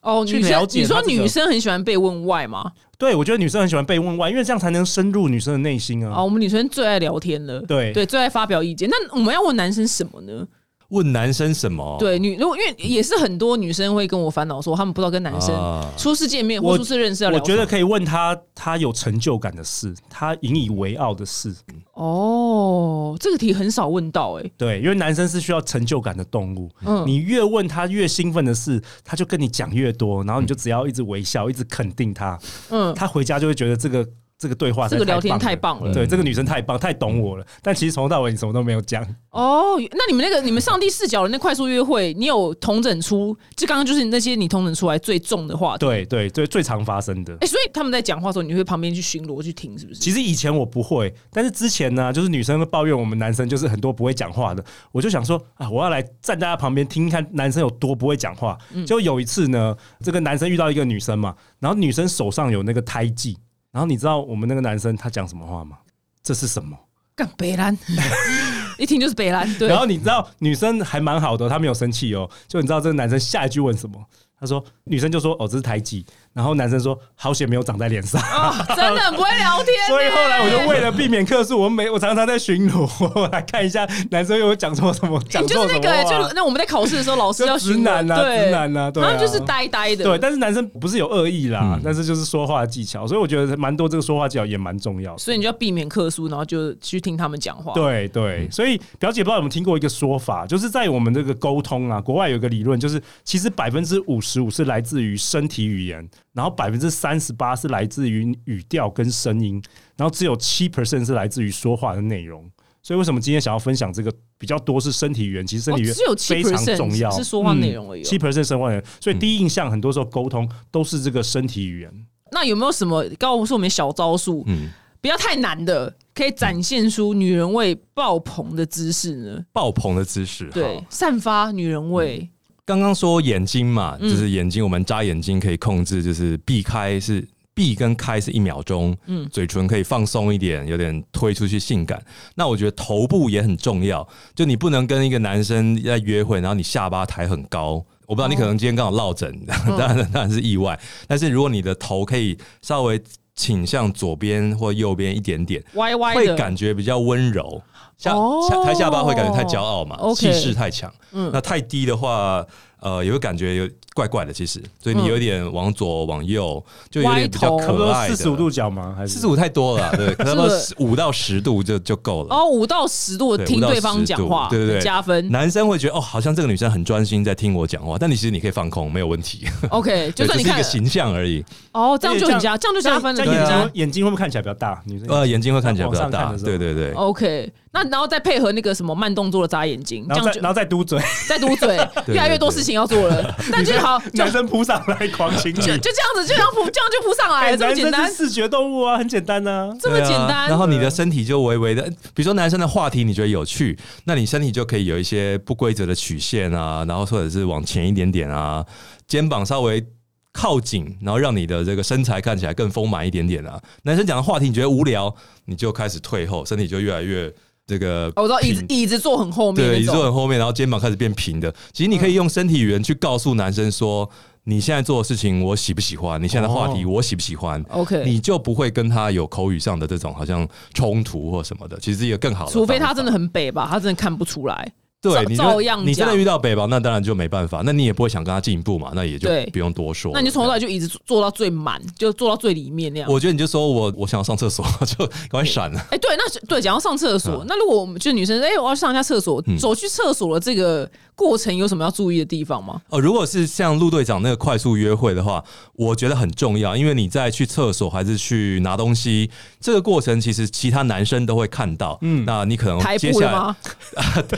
[SPEAKER 1] 哦，
[SPEAKER 2] 去
[SPEAKER 1] 女生，
[SPEAKER 2] 了解
[SPEAKER 1] 你说
[SPEAKER 2] 他这个
[SPEAKER 1] 女生很喜欢被问 why 吗？
[SPEAKER 2] 对，我觉得女生很喜欢被问 why，因为这样才能深入女生的内心
[SPEAKER 1] 啊，
[SPEAKER 2] 啊。
[SPEAKER 1] 我们女生最爱聊天了，
[SPEAKER 2] 对
[SPEAKER 1] 对，最爱发表意见。那我们要问男生什么呢？
[SPEAKER 3] 问男生什
[SPEAKER 2] 哦
[SPEAKER 3] 么？
[SPEAKER 1] 对，女如果因为也是很多女生会跟我烦恼说，她们不知道跟男生
[SPEAKER 3] 啊，
[SPEAKER 1] 初次见面
[SPEAKER 2] 我
[SPEAKER 1] 或初次认识要
[SPEAKER 2] 我
[SPEAKER 1] 聊
[SPEAKER 2] 觉
[SPEAKER 1] 什
[SPEAKER 2] 得
[SPEAKER 1] 么。
[SPEAKER 2] 可以问他，他有成就感的事，他引以为傲的事。
[SPEAKER 1] 哦，这个题很少问到哎、
[SPEAKER 2] 对，因为男生是需要成就感的动物。
[SPEAKER 1] 嗯
[SPEAKER 2] 你越问他越兴奋的事，他就跟你讲越多，然后你就只要一直微笑，一直肯定他，
[SPEAKER 1] 嗯，
[SPEAKER 2] 他回家就会觉得这个这个对话
[SPEAKER 1] 这
[SPEAKER 2] 实
[SPEAKER 1] 个
[SPEAKER 2] 在
[SPEAKER 1] 聊天太
[SPEAKER 2] 棒
[SPEAKER 1] 棒
[SPEAKER 2] 了，
[SPEAKER 1] 了。
[SPEAKER 2] 对，这个女生太棒，太懂我了。但其实从头到尾你什么都没有讲，
[SPEAKER 1] 哦，那你们那个你们上帝视角的那快速约会，你有同整出？就刚刚就是那些你同整出来最重的话题。
[SPEAKER 2] 对对对，最常发生的。
[SPEAKER 1] 哎、所以他们在讲话的时候，你会旁边去巡逻去听，是不是？
[SPEAKER 2] 其实以前我不会，但是之前呢，就是女生会抱怨我们男生就是很多不会讲话的，我就想说啊，我要来站在他旁边听听看男生有多不会讲话。结果有一次呢，这个男生遇到一个女生嘛，然后女生手上有那个胎记，然后你知道我们那个男生他讲什么话吗？这是什么？
[SPEAKER 1] 干北兰， 一听就是北兰。对
[SPEAKER 2] 然，后你知道女生还蛮好的，她没有生气哦。就你知道这个男生下一句问什么？他说女生就说哦这是胎记，然后男生说好险没有长在脸上。
[SPEAKER 1] 哦，真的很不会聊天呢。
[SPEAKER 2] 所以后来我就为了避免客诉，我每我常常在巡逻， 我来看一下男生有讲错什么，讲
[SPEAKER 1] 你哎就
[SPEAKER 2] 错
[SPEAKER 1] 是
[SPEAKER 2] 什
[SPEAKER 1] 那
[SPEAKER 2] 么
[SPEAKER 1] 个、
[SPEAKER 2] 话。
[SPEAKER 1] 就那我们在考试的时候，老师要
[SPEAKER 2] 就直
[SPEAKER 1] 询
[SPEAKER 2] 男
[SPEAKER 1] 问
[SPEAKER 2] 啊，
[SPEAKER 1] 对
[SPEAKER 2] 直男啊，对啊
[SPEAKER 1] 他们就是呆呆的。
[SPEAKER 2] 对，但是男生不是有恶意啦，
[SPEAKER 3] 嗯
[SPEAKER 2] 但是就是说话技巧，所以我觉得蛮多这个说话技巧也蛮重要的。
[SPEAKER 1] 所以你就要避免客诉，然后就去听他们讲话。，
[SPEAKER 2] 对对，所以表姐不知道有没有听过一个说法，就是在我们这个沟通啊，国外有一个理论，就是其实百分之五十五是来自于身体语言，然后百分之三十八是来自于语调跟声音，然后只有七 percent 是来自于说话的内容。所以为什么今天想要分享这个比较多是身体语言？其实身
[SPEAKER 1] 哦，
[SPEAKER 2] 体语
[SPEAKER 1] 只有
[SPEAKER 2] 言
[SPEAKER 1] 七
[SPEAKER 2] 非常重要，嗯
[SPEAKER 1] percent 是说话内容而已哦、
[SPEAKER 2] 七 percent 生活语言，所以第一印象很多时候沟通都是这个身体语言。
[SPEAKER 1] 那有没有什么告诉我们小招数？
[SPEAKER 3] 嗯，
[SPEAKER 1] 不要太难的，可以展现出女人味爆棚的姿势呢？
[SPEAKER 3] 爆棚的姿势。
[SPEAKER 1] 对，散发女人味。
[SPEAKER 2] 嗯
[SPEAKER 3] 刚刚说眼睛嘛，
[SPEAKER 1] 嗯
[SPEAKER 3] 就是眼睛，我们眨眼睛可以控制，就是避开是闭跟开是一秒钟，
[SPEAKER 1] 嗯
[SPEAKER 3] 嘴唇可以放松一点，有点推出去性感。那我觉得头部也很重要，就你不能跟一个男生在约会，然后你下巴抬很高。我不知道你可能今天刚好落枕，
[SPEAKER 1] 哦
[SPEAKER 3] 当然当然是意外。但是如果你的头可以稍微倾向左边或右边一点点，
[SPEAKER 1] 歪歪
[SPEAKER 3] 会
[SPEAKER 1] 的，
[SPEAKER 3] 感觉比较温柔，下
[SPEAKER 1] 哦
[SPEAKER 3] 下抬下巴会感觉太骄傲嘛，
[SPEAKER 1] OK
[SPEAKER 3] 气势太强。
[SPEAKER 1] 嗯
[SPEAKER 3] 那太低的话，呃，也会感觉有怪怪的。其实，所以你
[SPEAKER 1] 嗯
[SPEAKER 3] 有点往左往右，就有点比较
[SPEAKER 1] 歪头
[SPEAKER 2] 差不
[SPEAKER 3] 可
[SPEAKER 2] 多
[SPEAKER 3] 爱的。
[SPEAKER 2] 四十五度，角吗？还是
[SPEAKER 3] 四十五太多了 啦，对，可能差不多
[SPEAKER 1] 是
[SPEAKER 3] 五到十度就就够了。
[SPEAKER 1] 哦，五到十度
[SPEAKER 3] 对
[SPEAKER 1] 听
[SPEAKER 3] 5到
[SPEAKER 1] 对方
[SPEAKER 3] 10
[SPEAKER 1] 讲
[SPEAKER 3] 度
[SPEAKER 1] 话，
[SPEAKER 3] 对对对
[SPEAKER 1] 加分。
[SPEAKER 3] 男生会觉得哦，好像这个女生很专心在听我讲话，但你其实你可以放空，没有问题。
[SPEAKER 1] OK，就
[SPEAKER 3] 对
[SPEAKER 1] 算 你
[SPEAKER 3] 只是一
[SPEAKER 1] 看
[SPEAKER 3] 个形象而已。
[SPEAKER 1] 哦，这样就很加，这样就加分了，啊
[SPEAKER 2] 这
[SPEAKER 1] 对
[SPEAKER 2] 样
[SPEAKER 1] 不
[SPEAKER 2] 眼睛
[SPEAKER 1] 对
[SPEAKER 2] 会眼睛会不会看起来比较大？女生
[SPEAKER 3] 呃，眼睛会看起来比较
[SPEAKER 2] 往上看
[SPEAKER 3] 大，
[SPEAKER 2] 的时候
[SPEAKER 3] 对对对。
[SPEAKER 1] ？OK，那然后再配合那个什么慢动作的眨眼睛，这
[SPEAKER 2] 然后
[SPEAKER 1] 样
[SPEAKER 2] 再
[SPEAKER 1] 就
[SPEAKER 2] 然后再嘟嘴，
[SPEAKER 1] 再嘟嘴，
[SPEAKER 3] 对
[SPEAKER 1] 越来越多事情要做了。但就 好，就
[SPEAKER 2] 男生扑上来狂亲
[SPEAKER 1] 就
[SPEAKER 2] 你。
[SPEAKER 1] 就这样子，就这样扑，这样就扑上来了，这么简
[SPEAKER 2] 哎男
[SPEAKER 1] 单
[SPEAKER 2] 生是，视觉动物啊，很简单啊。
[SPEAKER 1] 这么
[SPEAKER 3] 对啊
[SPEAKER 1] 简单。
[SPEAKER 3] 然后你的身体就微微的，比如说男生的话题你觉得有趣，那你身体就可以有一些不规则的曲线啊，然后或者是往前一点点啊，肩膀稍微。靠紧，然后让你的这个身材看起来更丰满一点点啊。男生讲的话题你觉得无聊，你就开始退后，身体就越来越这个
[SPEAKER 1] 哦我知道椅子
[SPEAKER 3] 平
[SPEAKER 1] 椅子坐很后面
[SPEAKER 3] 对，
[SPEAKER 1] 那
[SPEAKER 3] 你坐
[SPEAKER 1] 种，
[SPEAKER 3] 很后面，然后肩膀开始变平的。其实你可以用身体语言去告诉男生说，你现在做的事情我喜不喜欢，你现在的话题
[SPEAKER 1] 哦
[SPEAKER 3] 我喜不喜欢。
[SPEAKER 1] OK
[SPEAKER 3] 你就不会跟他有口语上的这种好像冲突或什么的。其实也更好的方
[SPEAKER 1] 除
[SPEAKER 3] 法，
[SPEAKER 1] 非他真的很北吧，他真的看不出来。照
[SPEAKER 3] 对你就
[SPEAKER 1] 照样讲
[SPEAKER 3] 你真的遇到北吧，那当然就没办法，那你也不会想跟他进步嘛，那也就
[SPEAKER 1] 对
[SPEAKER 3] 不用多说了。
[SPEAKER 1] 那你就从头到尾啊就一直坐到最满，就坐到最里面那样。
[SPEAKER 3] 我觉得你就说我我想要上厕所， 就赶快闪啊了。
[SPEAKER 1] 哎、对，那对，讲到上厕所，那如果我们就女生，哎、我要上一下厕所，走去厕所的这个过程有什么要注意的地方吗？
[SPEAKER 3] 哦，如果是像陆队长那个快速约会的话，我觉得很重要，因为你在去厕所还是去拿东西，这个过程其实其他男生都会看到。嗯，那你可能
[SPEAKER 1] 台
[SPEAKER 3] 接
[SPEAKER 1] 步
[SPEAKER 3] 下
[SPEAKER 1] 的
[SPEAKER 3] 来
[SPEAKER 1] 吗？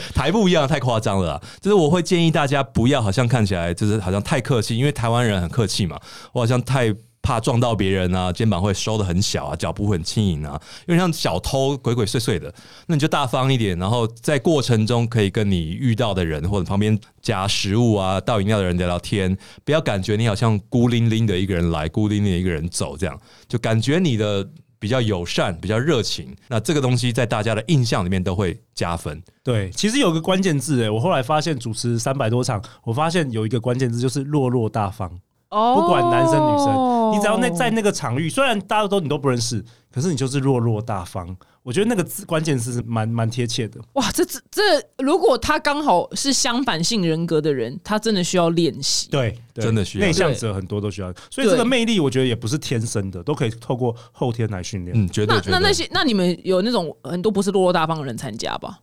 [SPEAKER 3] 台不一样，太夸张了啦。就是我会建议大家不要，好像看起来就是好像太客气，因为台湾人很客气嘛，我好像太。怕撞到别人啊，肩膀会收的很小啊，脚步很轻盈啊，因为像小偷鬼鬼祟祟的，那你就大方一点，然后在过程中可以跟你遇到的人或者旁边夹食物啊、倒饮料的人聊聊天，不要感觉你好像孤零零的一个人来，孤零零的一个人走，这样就感觉你的比较友善、比较热情，那这个东西在大家的印象里面都会加分。
[SPEAKER 2] 对，其实有个关键字欸诶，我后来发现主持三百多场，我发现有一个关键字就是落落大方，
[SPEAKER 1] 哦
[SPEAKER 2] 不管男生女生，你只要那在那个场域，虽然大家都你都不认识，可是你就是落落大方。我觉得那个字关键字是蛮蛮贴切的。
[SPEAKER 1] 哇，这这这，如果他刚好是相反性人格的人，他真的需要练习。
[SPEAKER 2] 对，对
[SPEAKER 3] 真的需要
[SPEAKER 2] 内向者很多都需要，所以这个魅力我觉得也不是天生的，都可以透过后天来训练。
[SPEAKER 3] 嗯，绝对
[SPEAKER 1] 那
[SPEAKER 3] 绝对。
[SPEAKER 1] 那那些，那你们有那种很多不是落落大方的人参加吧？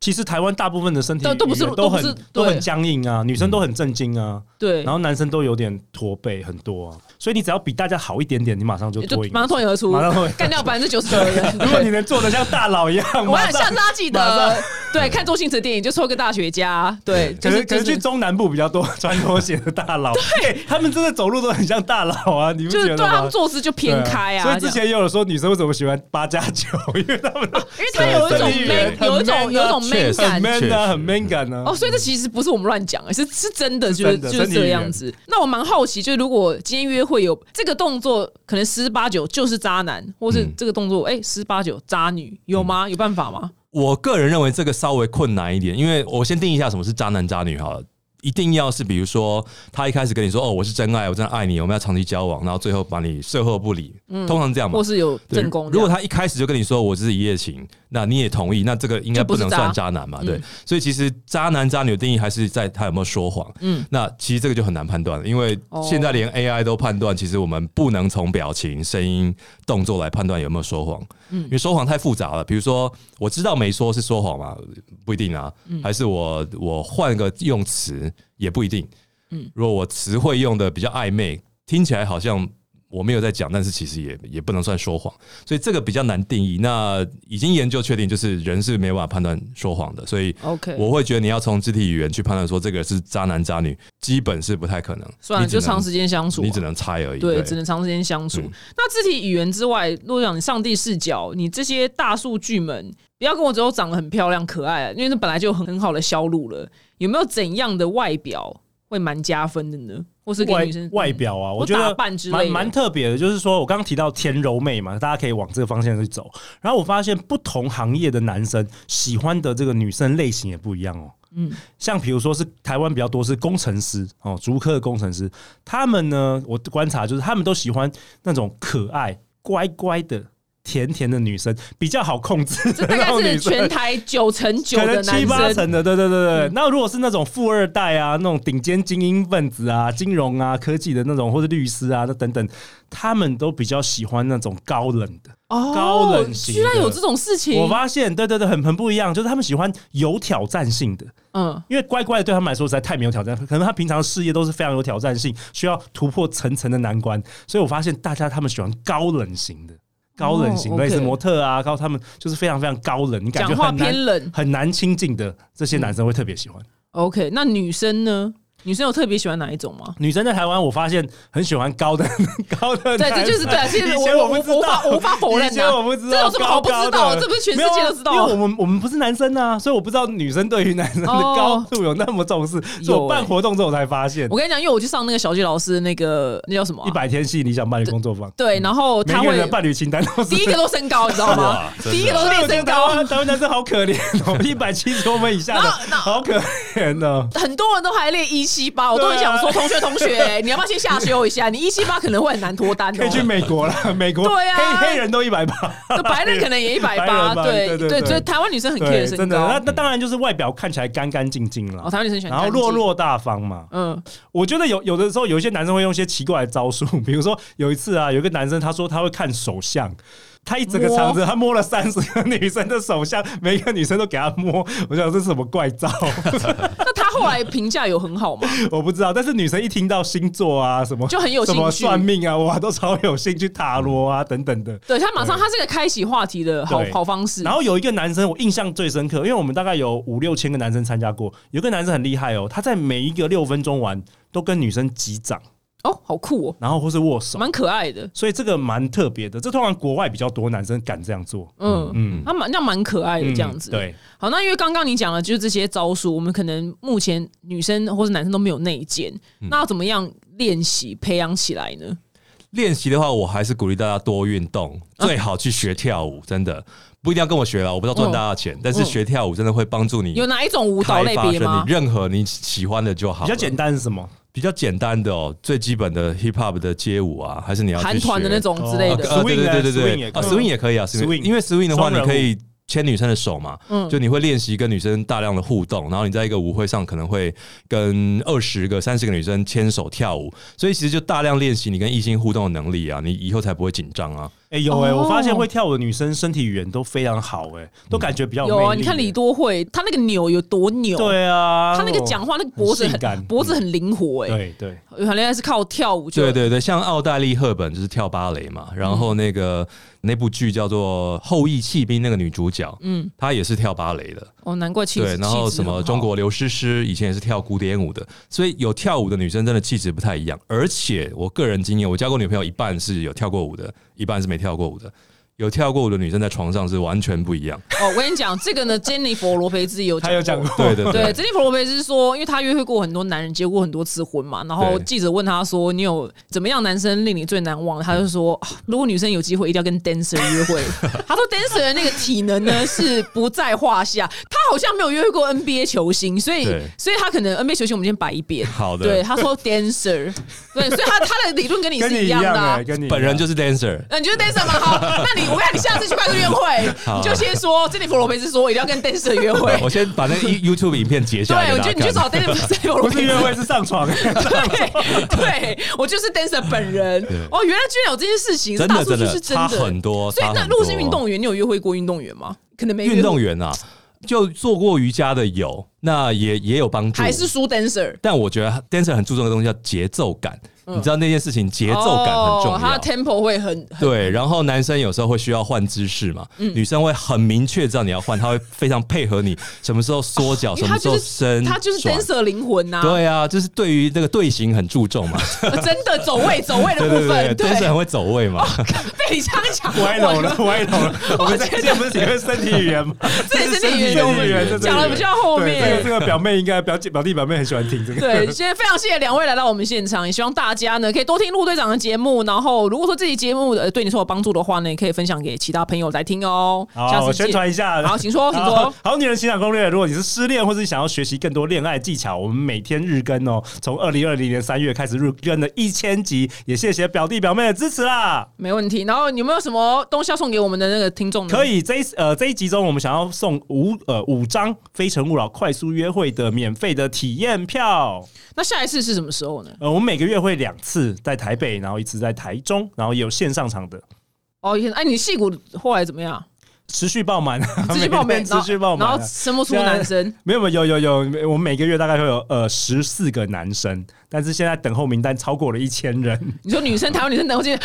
[SPEAKER 2] 其实台湾大部分的身体
[SPEAKER 1] 都都不是
[SPEAKER 2] 语言都
[SPEAKER 1] 都
[SPEAKER 2] 很
[SPEAKER 1] 不是
[SPEAKER 2] 都很
[SPEAKER 1] 对
[SPEAKER 2] 僵硬啊，女生都很震惊啊，
[SPEAKER 1] 对，
[SPEAKER 2] 然后男生都有点驼背很多啊，所以你只要比大家好一点点，你马上就
[SPEAKER 1] 就
[SPEAKER 2] 脱颖
[SPEAKER 1] 马上
[SPEAKER 2] 而出。
[SPEAKER 1] 脱颖而出，
[SPEAKER 2] 马上 脱颖而
[SPEAKER 1] 干掉百分之九十九的人。
[SPEAKER 2] 如果你能做的像大佬一样，
[SPEAKER 1] 我
[SPEAKER 2] 马
[SPEAKER 1] 想
[SPEAKER 2] 上
[SPEAKER 1] 像他记
[SPEAKER 2] 马
[SPEAKER 1] 得，对，看周星驰的电影就抽个大学家，对， 就
[SPEAKER 2] 可能
[SPEAKER 1] 是
[SPEAKER 2] 可能
[SPEAKER 1] 就
[SPEAKER 2] 去
[SPEAKER 1] 是
[SPEAKER 2] 中南部比较多 穿拖鞋的大佬，对， 他们真的走路都很像大佬啊，你不
[SPEAKER 1] 就
[SPEAKER 2] 觉
[SPEAKER 1] 是
[SPEAKER 2] 得
[SPEAKER 1] 对他们
[SPEAKER 2] 吗？
[SPEAKER 1] 坐姿就偏开
[SPEAKER 2] 对
[SPEAKER 1] 啊，
[SPEAKER 2] 所以之前也有人说女生为什么喜欢八加九， 因为他们
[SPEAKER 1] 这样因为他有一种
[SPEAKER 2] 对
[SPEAKER 1] man，有一
[SPEAKER 2] 对很
[SPEAKER 1] 种
[SPEAKER 2] man 啊
[SPEAKER 1] 有一种 man
[SPEAKER 3] 确实
[SPEAKER 2] 很
[SPEAKER 1] 感。
[SPEAKER 2] man
[SPEAKER 3] 确
[SPEAKER 2] 啊，
[SPEAKER 3] 实
[SPEAKER 2] 很 man 感啊。
[SPEAKER 1] 哦，所以这其实不是我们乱讲，是是真的，就是
[SPEAKER 2] 真的
[SPEAKER 1] 就是
[SPEAKER 2] 身体语
[SPEAKER 1] 这
[SPEAKER 2] 言
[SPEAKER 1] 样子。那我蛮好奇，就如果今天约会有这个动作，可能十八九就是渣男，或是
[SPEAKER 3] 嗯
[SPEAKER 1] 这个动作哎十八九渣女，有吗？有办法吗？
[SPEAKER 3] 我个人认为这个稍微困难一点，因为我先定义一下什么是渣男渣女好了。一定要是，比如说他一开始跟你说：“哦，我是真爱，我真的爱你，我们要长期交往。”然后最后把你售后不理，
[SPEAKER 1] 嗯
[SPEAKER 3] 通常这样嘛
[SPEAKER 1] 或。是有
[SPEAKER 3] 对
[SPEAKER 1] 正宫这样？
[SPEAKER 3] 如果他一开始就跟你说我只是一夜情，那你也同意，那这个应该不能
[SPEAKER 1] 就不是
[SPEAKER 3] 算
[SPEAKER 1] 渣
[SPEAKER 3] 渣男嘛？
[SPEAKER 1] 嗯
[SPEAKER 3] 对，所以其实渣男渣女的定义还是在他有没有说谎。
[SPEAKER 1] 嗯
[SPEAKER 3] 嗯，那其实这个就很难判断了，因为
[SPEAKER 1] 哦
[SPEAKER 3] 现在连 AI 都判断，其实我们不能从表情、声音、动作来判断有没有说谎。嗯，因为说谎太复杂了。比如说，我知道没说是说谎嘛，不一定啊。
[SPEAKER 1] 嗯
[SPEAKER 3] 还是我我换个用词也不一定。嗯，如果我词汇用的比较暧昧，听起来好像我没有在讲，但是其实也也不能算说谎，所以这个比较难定义。那已经研究确定，就是人是没有办法判断说谎的，所以
[SPEAKER 1] OK
[SPEAKER 3] 我会觉得你要从肢体语言去判断说这个是渣男渣女，基本是不太可能。
[SPEAKER 1] 算了，
[SPEAKER 3] 你只能
[SPEAKER 1] 就长时间相处啊，
[SPEAKER 3] 你只能猜而已。
[SPEAKER 1] 对，只能长时间相处。
[SPEAKER 3] 嗯
[SPEAKER 1] 那肢体语言之外，如果讲你上帝视角，你这些大数据们，不要跟我只有长得很漂亮可爱，啊因为那本来就有很很好的销路了。有没有怎样的外表会蛮加分的呢？或是给
[SPEAKER 2] 外
[SPEAKER 1] 女生
[SPEAKER 2] 嗯外表啊，
[SPEAKER 1] 嗯
[SPEAKER 2] 我觉
[SPEAKER 1] 或打
[SPEAKER 2] 得
[SPEAKER 1] 扮之类
[SPEAKER 2] 蛮
[SPEAKER 1] 的
[SPEAKER 2] 蛮特别的，就是说我刚刚提到甜柔妹嘛，大家可以往这个方向去走。然后我发现不同行业的男生喜欢的这个女生类型也不一样哦。
[SPEAKER 1] 嗯
[SPEAKER 2] 嗯，像比如说是台湾比较多是工程师哦，竹科的工程师，他们呢，我观察就是他们都喜欢那种可爱、乖乖的、甜甜的女生，比较好控制
[SPEAKER 1] 这大
[SPEAKER 2] 的那
[SPEAKER 1] 概
[SPEAKER 2] 种女
[SPEAKER 1] 是
[SPEAKER 2] 生。
[SPEAKER 1] 全台九成九
[SPEAKER 2] 可能
[SPEAKER 1] 的
[SPEAKER 2] 七八
[SPEAKER 1] 男生。嗯
[SPEAKER 2] 成的，对对对对。那如果是那种富二代啊，那种顶尖精英分子啊、金融啊、科技的那种，或者律师啊，那等等，他们都比较喜欢那种高冷的。
[SPEAKER 1] 哦
[SPEAKER 2] 高冷型的
[SPEAKER 1] 居然有这种事情
[SPEAKER 2] 我，发现，对对对，很很不一样，就是他们喜欢有挑战性的，
[SPEAKER 1] 嗯，
[SPEAKER 2] 因为乖乖的对他们来说实在太没有挑战，可能他平常事业都是非常有挑战性，需要突破层层的难关，所以我发现大家他们喜欢高冷型的。高冷型
[SPEAKER 1] 哦
[SPEAKER 2] 类似
[SPEAKER 1] OK
[SPEAKER 2] 模特啊，高他们就是非常非常高冷，你感觉
[SPEAKER 1] 讲话
[SPEAKER 2] 很难
[SPEAKER 1] 偏冷。嗯
[SPEAKER 2] 很难亲近的这些男生会特别喜欢。
[SPEAKER 1] OK，那女生呢？女生有特别喜欢哪一种吗？
[SPEAKER 2] 女生在台湾，我发现很喜欢高的 高的男
[SPEAKER 1] 对，
[SPEAKER 2] 生，
[SPEAKER 1] 这就是对啊，其实
[SPEAKER 2] 以
[SPEAKER 1] 我
[SPEAKER 2] 前
[SPEAKER 1] 我
[SPEAKER 2] 我不
[SPEAKER 1] 我
[SPEAKER 2] 知
[SPEAKER 1] 无法
[SPEAKER 2] 道，
[SPEAKER 1] 我无法否认
[SPEAKER 2] 以
[SPEAKER 1] 的
[SPEAKER 2] 前。我不知道，
[SPEAKER 1] 这有什么好不知道
[SPEAKER 2] 高高的
[SPEAKER 1] 这不是全世界都知道
[SPEAKER 2] 没有啊因为我们我们不是男生啊，所以我不知道女生对于男生的
[SPEAKER 1] 哦
[SPEAKER 2] 高度有那么重视，是我办
[SPEAKER 1] 欸
[SPEAKER 2] 活动之后才发现
[SPEAKER 1] 我。跟你讲，因为我去上那个小纪老师的那个那叫什么啊、
[SPEAKER 2] 一百天系理想伴侣工作坊，
[SPEAKER 1] 对，然后
[SPEAKER 2] 每
[SPEAKER 1] 他
[SPEAKER 2] 一个人
[SPEAKER 1] 会
[SPEAKER 2] 的伴侣清单都 是
[SPEAKER 1] 第一个都身高，你知道吗
[SPEAKER 3] 哇？
[SPEAKER 2] 啊
[SPEAKER 3] 真的
[SPEAKER 1] 第一个都是
[SPEAKER 2] 所以
[SPEAKER 1] 练
[SPEAKER 2] 我觉
[SPEAKER 1] 身
[SPEAKER 2] 得台
[SPEAKER 1] 高
[SPEAKER 2] 湾，台湾男生好可怜 哦，一百七十公分以下的，好可怜哦。
[SPEAKER 1] 很多人都还练一七八，我都
[SPEAKER 2] 啊
[SPEAKER 1] 很想说，同学同学，你要不要先下修一 下？你一七八可能会很难脱单
[SPEAKER 2] 可以去
[SPEAKER 1] 哦。
[SPEAKER 2] 美国了，美国
[SPEAKER 1] 对啊
[SPEAKER 2] 黑黑人都一百八，
[SPEAKER 1] 就白人可能也一百
[SPEAKER 2] 白
[SPEAKER 1] 八
[SPEAKER 2] 人，吧
[SPEAKER 1] 对
[SPEAKER 2] 对对
[SPEAKER 1] 对，
[SPEAKER 2] 对
[SPEAKER 1] 所以台湾女生很 care
[SPEAKER 2] 对，
[SPEAKER 1] 身
[SPEAKER 2] 真的。那
[SPEAKER 1] 高。
[SPEAKER 2] 那当然就是外表看起来干干净净了
[SPEAKER 1] 哦，，台湾女生喜欢
[SPEAKER 2] 然后
[SPEAKER 1] 干净
[SPEAKER 2] 落，落大方嘛。
[SPEAKER 1] 嗯，
[SPEAKER 2] 我觉得有有的时候有一些男生会用一些奇怪的招数， 比如说有一次啊，有一个男生他说他会看手相。他一整个场子，他摸了三 十个女生的手相，每一个女生都给他摸。我想这是什么怪招？
[SPEAKER 1] 那台他后来评价有很好吗？
[SPEAKER 2] 我不知道，但是女生一听到星座啊什么，
[SPEAKER 1] 就很有兴
[SPEAKER 2] 什
[SPEAKER 1] 趣嗯
[SPEAKER 2] 么算命啊，哇，都超有兴趣，塔罗啊等等的。
[SPEAKER 1] 对他马上，他是个开启话题的好
[SPEAKER 2] 对
[SPEAKER 1] 好方式。
[SPEAKER 2] 然后有一个男生，我印象最深刻，因为我们大概有五六千个男生参加过，有一个男生很厉害哦，他在每一个六分钟玩都跟女生击掌，
[SPEAKER 1] 哦，好酷哦，
[SPEAKER 2] 然后或是握手，
[SPEAKER 1] 蛮可爱的。
[SPEAKER 2] 所以这个蛮特别的。这通常国外比较多男生敢这样做，
[SPEAKER 1] 嗯，
[SPEAKER 2] 嗯，
[SPEAKER 1] 他蛮那蛮可爱的
[SPEAKER 2] 嗯
[SPEAKER 1] 这样子。，
[SPEAKER 2] 对，
[SPEAKER 1] 好，那因为刚刚你讲了，就是这些招数，我们可能目前女生或是男生都没有内建，
[SPEAKER 3] 嗯
[SPEAKER 1] 那要怎么样练习培养起来呢？
[SPEAKER 3] 练习的话，我还是鼓励大家多运动，
[SPEAKER 1] 啊
[SPEAKER 3] 最好去学跳舞，真的不一定要跟我学了，我不知道
[SPEAKER 1] 嗯
[SPEAKER 3] 赚大家的钱，但是学跳舞真的会帮助你
[SPEAKER 1] 有哪一种舞蹈
[SPEAKER 3] 开
[SPEAKER 1] 类
[SPEAKER 3] 发
[SPEAKER 1] 别
[SPEAKER 3] 身体
[SPEAKER 1] 吗，？
[SPEAKER 3] 任何你喜欢的就好
[SPEAKER 2] 比
[SPEAKER 3] 了，
[SPEAKER 2] 较简单是什么？
[SPEAKER 3] 比较简单的哦，最基本的 hip hop 的街舞啊，还是你要去
[SPEAKER 1] 韩团的
[SPEAKER 3] 学
[SPEAKER 1] 那种之类
[SPEAKER 2] 哦
[SPEAKER 1] 的。
[SPEAKER 2] 呃 Swing
[SPEAKER 3] 对
[SPEAKER 2] 啊，swing
[SPEAKER 3] 对对对
[SPEAKER 2] 也可以
[SPEAKER 3] 对，啊，swing 也可以啊
[SPEAKER 2] swing
[SPEAKER 3] ，swing，因为 swing 的
[SPEAKER 2] 双
[SPEAKER 3] 话，
[SPEAKER 2] 人
[SPEAKER 3] 你
[SPEAKER 2] 舞
[SPEAKER 3] 可以牵女生的手嘛，
[SPEAKER 1] 嗯
[SPEAKER 3] 就你会练习跟女生大量的互动，然后你在一个舞会上可能会跟二十个、三十个女生牵手跳舞，所以其实就大量练习你跟异性互动的能力啊，你以后才不会紧张啊。
[SPEAKER 2] 哎、有哎、
[SPEAKER 1] 哦
[SPEAKER 2] 我发现会跳舞的女生身体语言都非常好哎、都感觉比较
[SPEAKER 1] 有
[SPEAKER 2] 魅
[SPEAKER 1] 啊，
[SPEAKER 2] 力
[SPEAKER 1] 你看
[SPEAKER 2] 哎
[SPEAKER 1] 李多惠，她那个扭有多扭？
[SPEAKER 2] 对啊，
[SPEAKER 1] 她那个讲话那个脖子
[SPEAKER 3] 哦
[SPEAKER 2] 很性
[SPEAKER 1] 很
[SPEAKER 2] 感
[SPEAKER 1] 脖子很灵活哎、
[SPEAKER 2] 对对，
[SPEAKER 1] 谈恋爱是靠跳舞就
[SPEAKER 3] 对对对，像奥黛丽·赫本就是跳芭蕾
[SPEAKER 1] 嗯
[SPEAKER 3] 嘛，然后那个、那部剧叫做《后裔弃兵》，那个女主角，
[SPEAKER 1] 嗯
[SPEAKER 3] 嗯，她也是跳芭蕾的。
[SPEAKER 1] 哦，难怪气质
[SPEAKER 3] 对，然后
[SPEAKER 1] 气质
[SPEAKER 3] 什么
[SPEAKER 1] 很好
[SPEAKER 3] 中国刘诗诗以前也是跳古典舞的，所以有跳舞的女生真的气质不太一样。而且我个人经验，我交过女朋友一半是有跳过舞的，一半是没跳过舞的。有跳过舞的女生在床上是完全不一样。
[SPEAKER 1] 哦，我跟你讲这个呢，Jennifer 罗培兹也有
[SPEAKER 2] 他有讲
[SPEAKER 1] 过
[SPEAKER 2] 过，
[SPEAKER 3] 对 对
[SPEAKER 1] 对，珍妮弗·罗培兹说，因为她约会过很多男人，结过很多次婚嘛。然后
[SPEAKER 3] 对
[SPEAKER 1] 记者问她说：“你有怎么样男生令你最难忘？”她就说、啊如果女生有机会，一定要跟 dancer 约会。” 她说：“dancer 的那个体能呢是不在话下。”她好像没有约会过 NBA 球星，所以
[SPEAKER 3] 对
[SPEAKER 1] 所以她可能 NBA 球星我们先摆一边。
[SPEAKER 3] 好的
[SPEAKER 1] 对，她说 dancer，对，所以她她的理论跟你
[SPEAKER 2] 跟
[SPEAKER 1] 是
[SPEAKER 2] 你
[SPEAKER 1] 一
[SPEAKER 2] 一
[SPEAKER 1] 样
[SPEAKER 2] 样
[SPEAKER 1] 的啊、呃
[SPEAKER 2] 哎、跟你一样
[SPEAKER 3] 本人就是 dancer，
[SPEAKER 1] 那你觉得 dancer 吗？好，那你我跟你讲，你下次去快速约会，你就先说珍妮弗·罗培兹说我一定要跟 dancer 约会。
[SPEAKER 3] 我先把那个 You- YouTube 影片截下来
[SPEAKER 1] 对，
[SPEAKER 3] 给
[SPEAKER 1] 我
[SPEAKER 3] 大
[SPEAKER 1] 觉得
[SPEAKER 3] 家
[SPEAKER 1] 你去
[SPEAKER 3] 看。
[SPEAKER 1] 找 dancer 在我
[SPEAKER 2] 不是约会是上床、
[SPEAKER 1] 对，对我就是 dancer 本人。哦，原来居然有这件事情，
[SPEAKER 3] 真
[SPEAKER 1] 大
[SPEAKER 3] 的
[SPEAKER 1] 数
[SPEAKER 3] 真
[SPEAKER 1] 据
[SPEAKER 3] 的
[SPEAKER 1] 是真
[SPEAKER 3] 差
[SPEAKER 1] 的。
[SPEAKER 3] 很多，
[SPEAKER 1] 所以
[SPEAKER 3] 差
[SPEAKER 1] 那
[SPEAKER 3] 很
[SPEAKER 1] 如果是
[SPEAKER 3] 多
[SPEAKER 1] 运动员，你有约会过运动员吗？可能没约
[SPEAKER 3] 运动
[SPEAKER 1] 过，
[SPEAKER 3] 员啊，就做过瑜伽的有，那也也有帮助，
[SPEAKER 1] 还是输 dancer。
[SPEAKER 3] 但我觉得 dancer 很注重的东西叫节奏感，
[SPEAKER 1] 嗯
[SPEAKER 3] 你知道那件事情节
[SPEAKER 1] 节
[SPEAKER 3] 奏感很重要。
[SPEAKER 1] 哦他的 tempo 会很
[SPEAKER 3] 对，然后男生有时候会需要换姿势嘛，
[SPEAKER 1] 嗯
[SPEAKER 3] 女生会很明确知道你要换，她会非常配合你，什么时候缩脚，
[SPEAKER 1] 因为
[SPEAKER 3] 哦什
[SPEAKER 1] 他
[SPEAKER 3] 么时
[SPEAKER 1] 就
[SPEAKER 3] 候
[SPEAKER 1] 是
[SPEAKER 3] 伸，
[SPEAKER 1] 他就是
[SPEAKER 3] 转
[SPEAKER 1] dancer 灵魂呐、
[SPEAKER 3] 对啊，就是对于这个队形很注 重嘛，
[SPEAKER 1] 真的走位走位的
[SPEAKER 3] 对
[SPEAKER 1] 部
[SPEAKER 3] 对
[SPEAKER 1] 分，哦
[SPEAKER 3] 对，dancer 很会走位嘛，
[SPEAKER 1] 被你这样讲，
[SPEAKER 2] 歪
[SPEAKER 1] 我
[SPEAKER 2] 楼了，歪楼了。我们在
[SPEAKER 1] 觉得
[SPEAKER 2] 这不是也是身体语言吗？
[SPEAKER 1] 这也是
[SPEAKER 2] 身体
[SPEAKER 1] 你
[SPEAKER 2] 语
[SPEAKER 1] 的
[SPEAKER 2] 言，身体语言，
[SPEAKER 1] 讲了比较后面
[SPEAKER 2] 对这个这个表妹应该表姐表弟表妹很喜欢听 这个。
[SPEAKER 1] 对，现在非常谢谢两位来到我们现场，也希望大家呢可以多听陆队长的节目，然后如果说这期节目呃对你是有帮助的话呢，也可以分享给其他朋友来听哦。下
[SPEAKER 2] 好，
[SPEAKER 1] 次
[SPEAKER 2] 我
[SPEAKER 1] 见
[SPEAKER 2] 宣传一下。
[SPEAKER 1] 好请说请说
[SPEAKER 2] 好好女人情感攻略，如果你是失恋或是想要学习更多恋爱技巧，我们每天日更哦，从二零二零年三月开始日更了一千集，也谢谢表弟表妹的支持啦。
[SPEAKER 1] 没问题。然后有没有什么东西要送给我们的那个听众呢？
[SPEAKER 2] 可。以，这一呃这一集中，我们想要送五呃五张《非诚勿扰》快速约会的免费的体验票。
[SPEAKER 1] 那下一次是什么时候呢？
[SPEAKER 2] 呃，我们每个月会两次，在台北，然后一次在台中，然后也有线上场的，
[SPEAKER 1] 哦，以前哎，你戏骨后来怎么样？
[SPEAKER 2] 持续爆满，
[SPEAKER 1] 继续报
[SPEAKER 2] 每
[SPEAKER 1] 名，
[SPEAKER 2] 天持续爆满
[SPEAKER 1] 然
[SPEAKER 2] 啊。
[SPEAKER 1] 后生不出男生。
[SPEAKER 2] 没有没有有有有，我们每个月大概会有呃十四个男生，但是现在等候名单超过了一千人，
[SPEAKER 1] 你说女 生，台湾女生等我 进，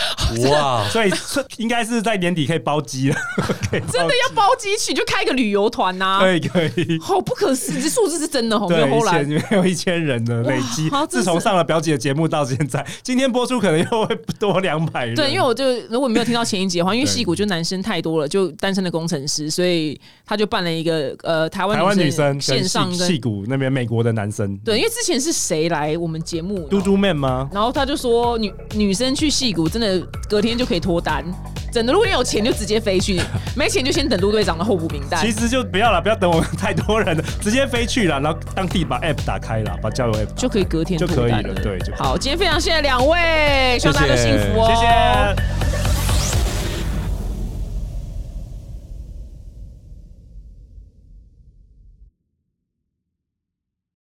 [SPEAKER 3] 哇，
[SPEAKER 2] 所以这应该是在年底可以包机了。 可以包
[SPEAKER 1] 真的要包机去，就开一个旅游团呐。
[SPEAKER 2] 可以可以，
[SPEAKER 1] 好不可思议，这数字是真的哦，没有
[SPEAKER 2] 对，一
[SPEAKER 1] 后来
[SPEAKER 2] 千。没有一千人的累积
[SPEAKER 1] 哇好，
[SPEAKER 2] 自从上了表姐的节目到现在，今天播出可能又会多两百人。
[SPEAKER 1] 对，因为我就如果没有听到前一集的 话，因为
[SPEAKER 2] 对
[SPEAKER 1] 戏骨就男生太多了，就单身的工程师，所以他就办了一个呃台湾
[SPEAKER 2] 台湾女生
[SPEAKER 1] 线上
[SPEAKER 2] 跟戏戏
[SPEAKER 1] 跟
[SPEAKER 2] 骨那边美国的男生，
[SPEAKER 1] 对，因为之前是谁来我们节目，
[SPEAKER 2] 嘟嘟妹吗？
[SPEAKER 1] 然后他就说女女生去戏骨真的隔天就可以脱单，真的，如果你有钱就直接飞 去，没钱就先等陆队长的候补名单
[SPEAKER 2] 其。实就不要了，不要等我们 太多人了，直接飞去了，然后当地把 app 打开了，把交友 app 打开
[SPEAKER 1] 就可以隔天脱单
[SPEAKER 2] 就可以了对就可以
[SPEAKER 1] 好，今天非常谢谢两位，希望大家都幸福哦。
[SPEAKER 2] 谢谢。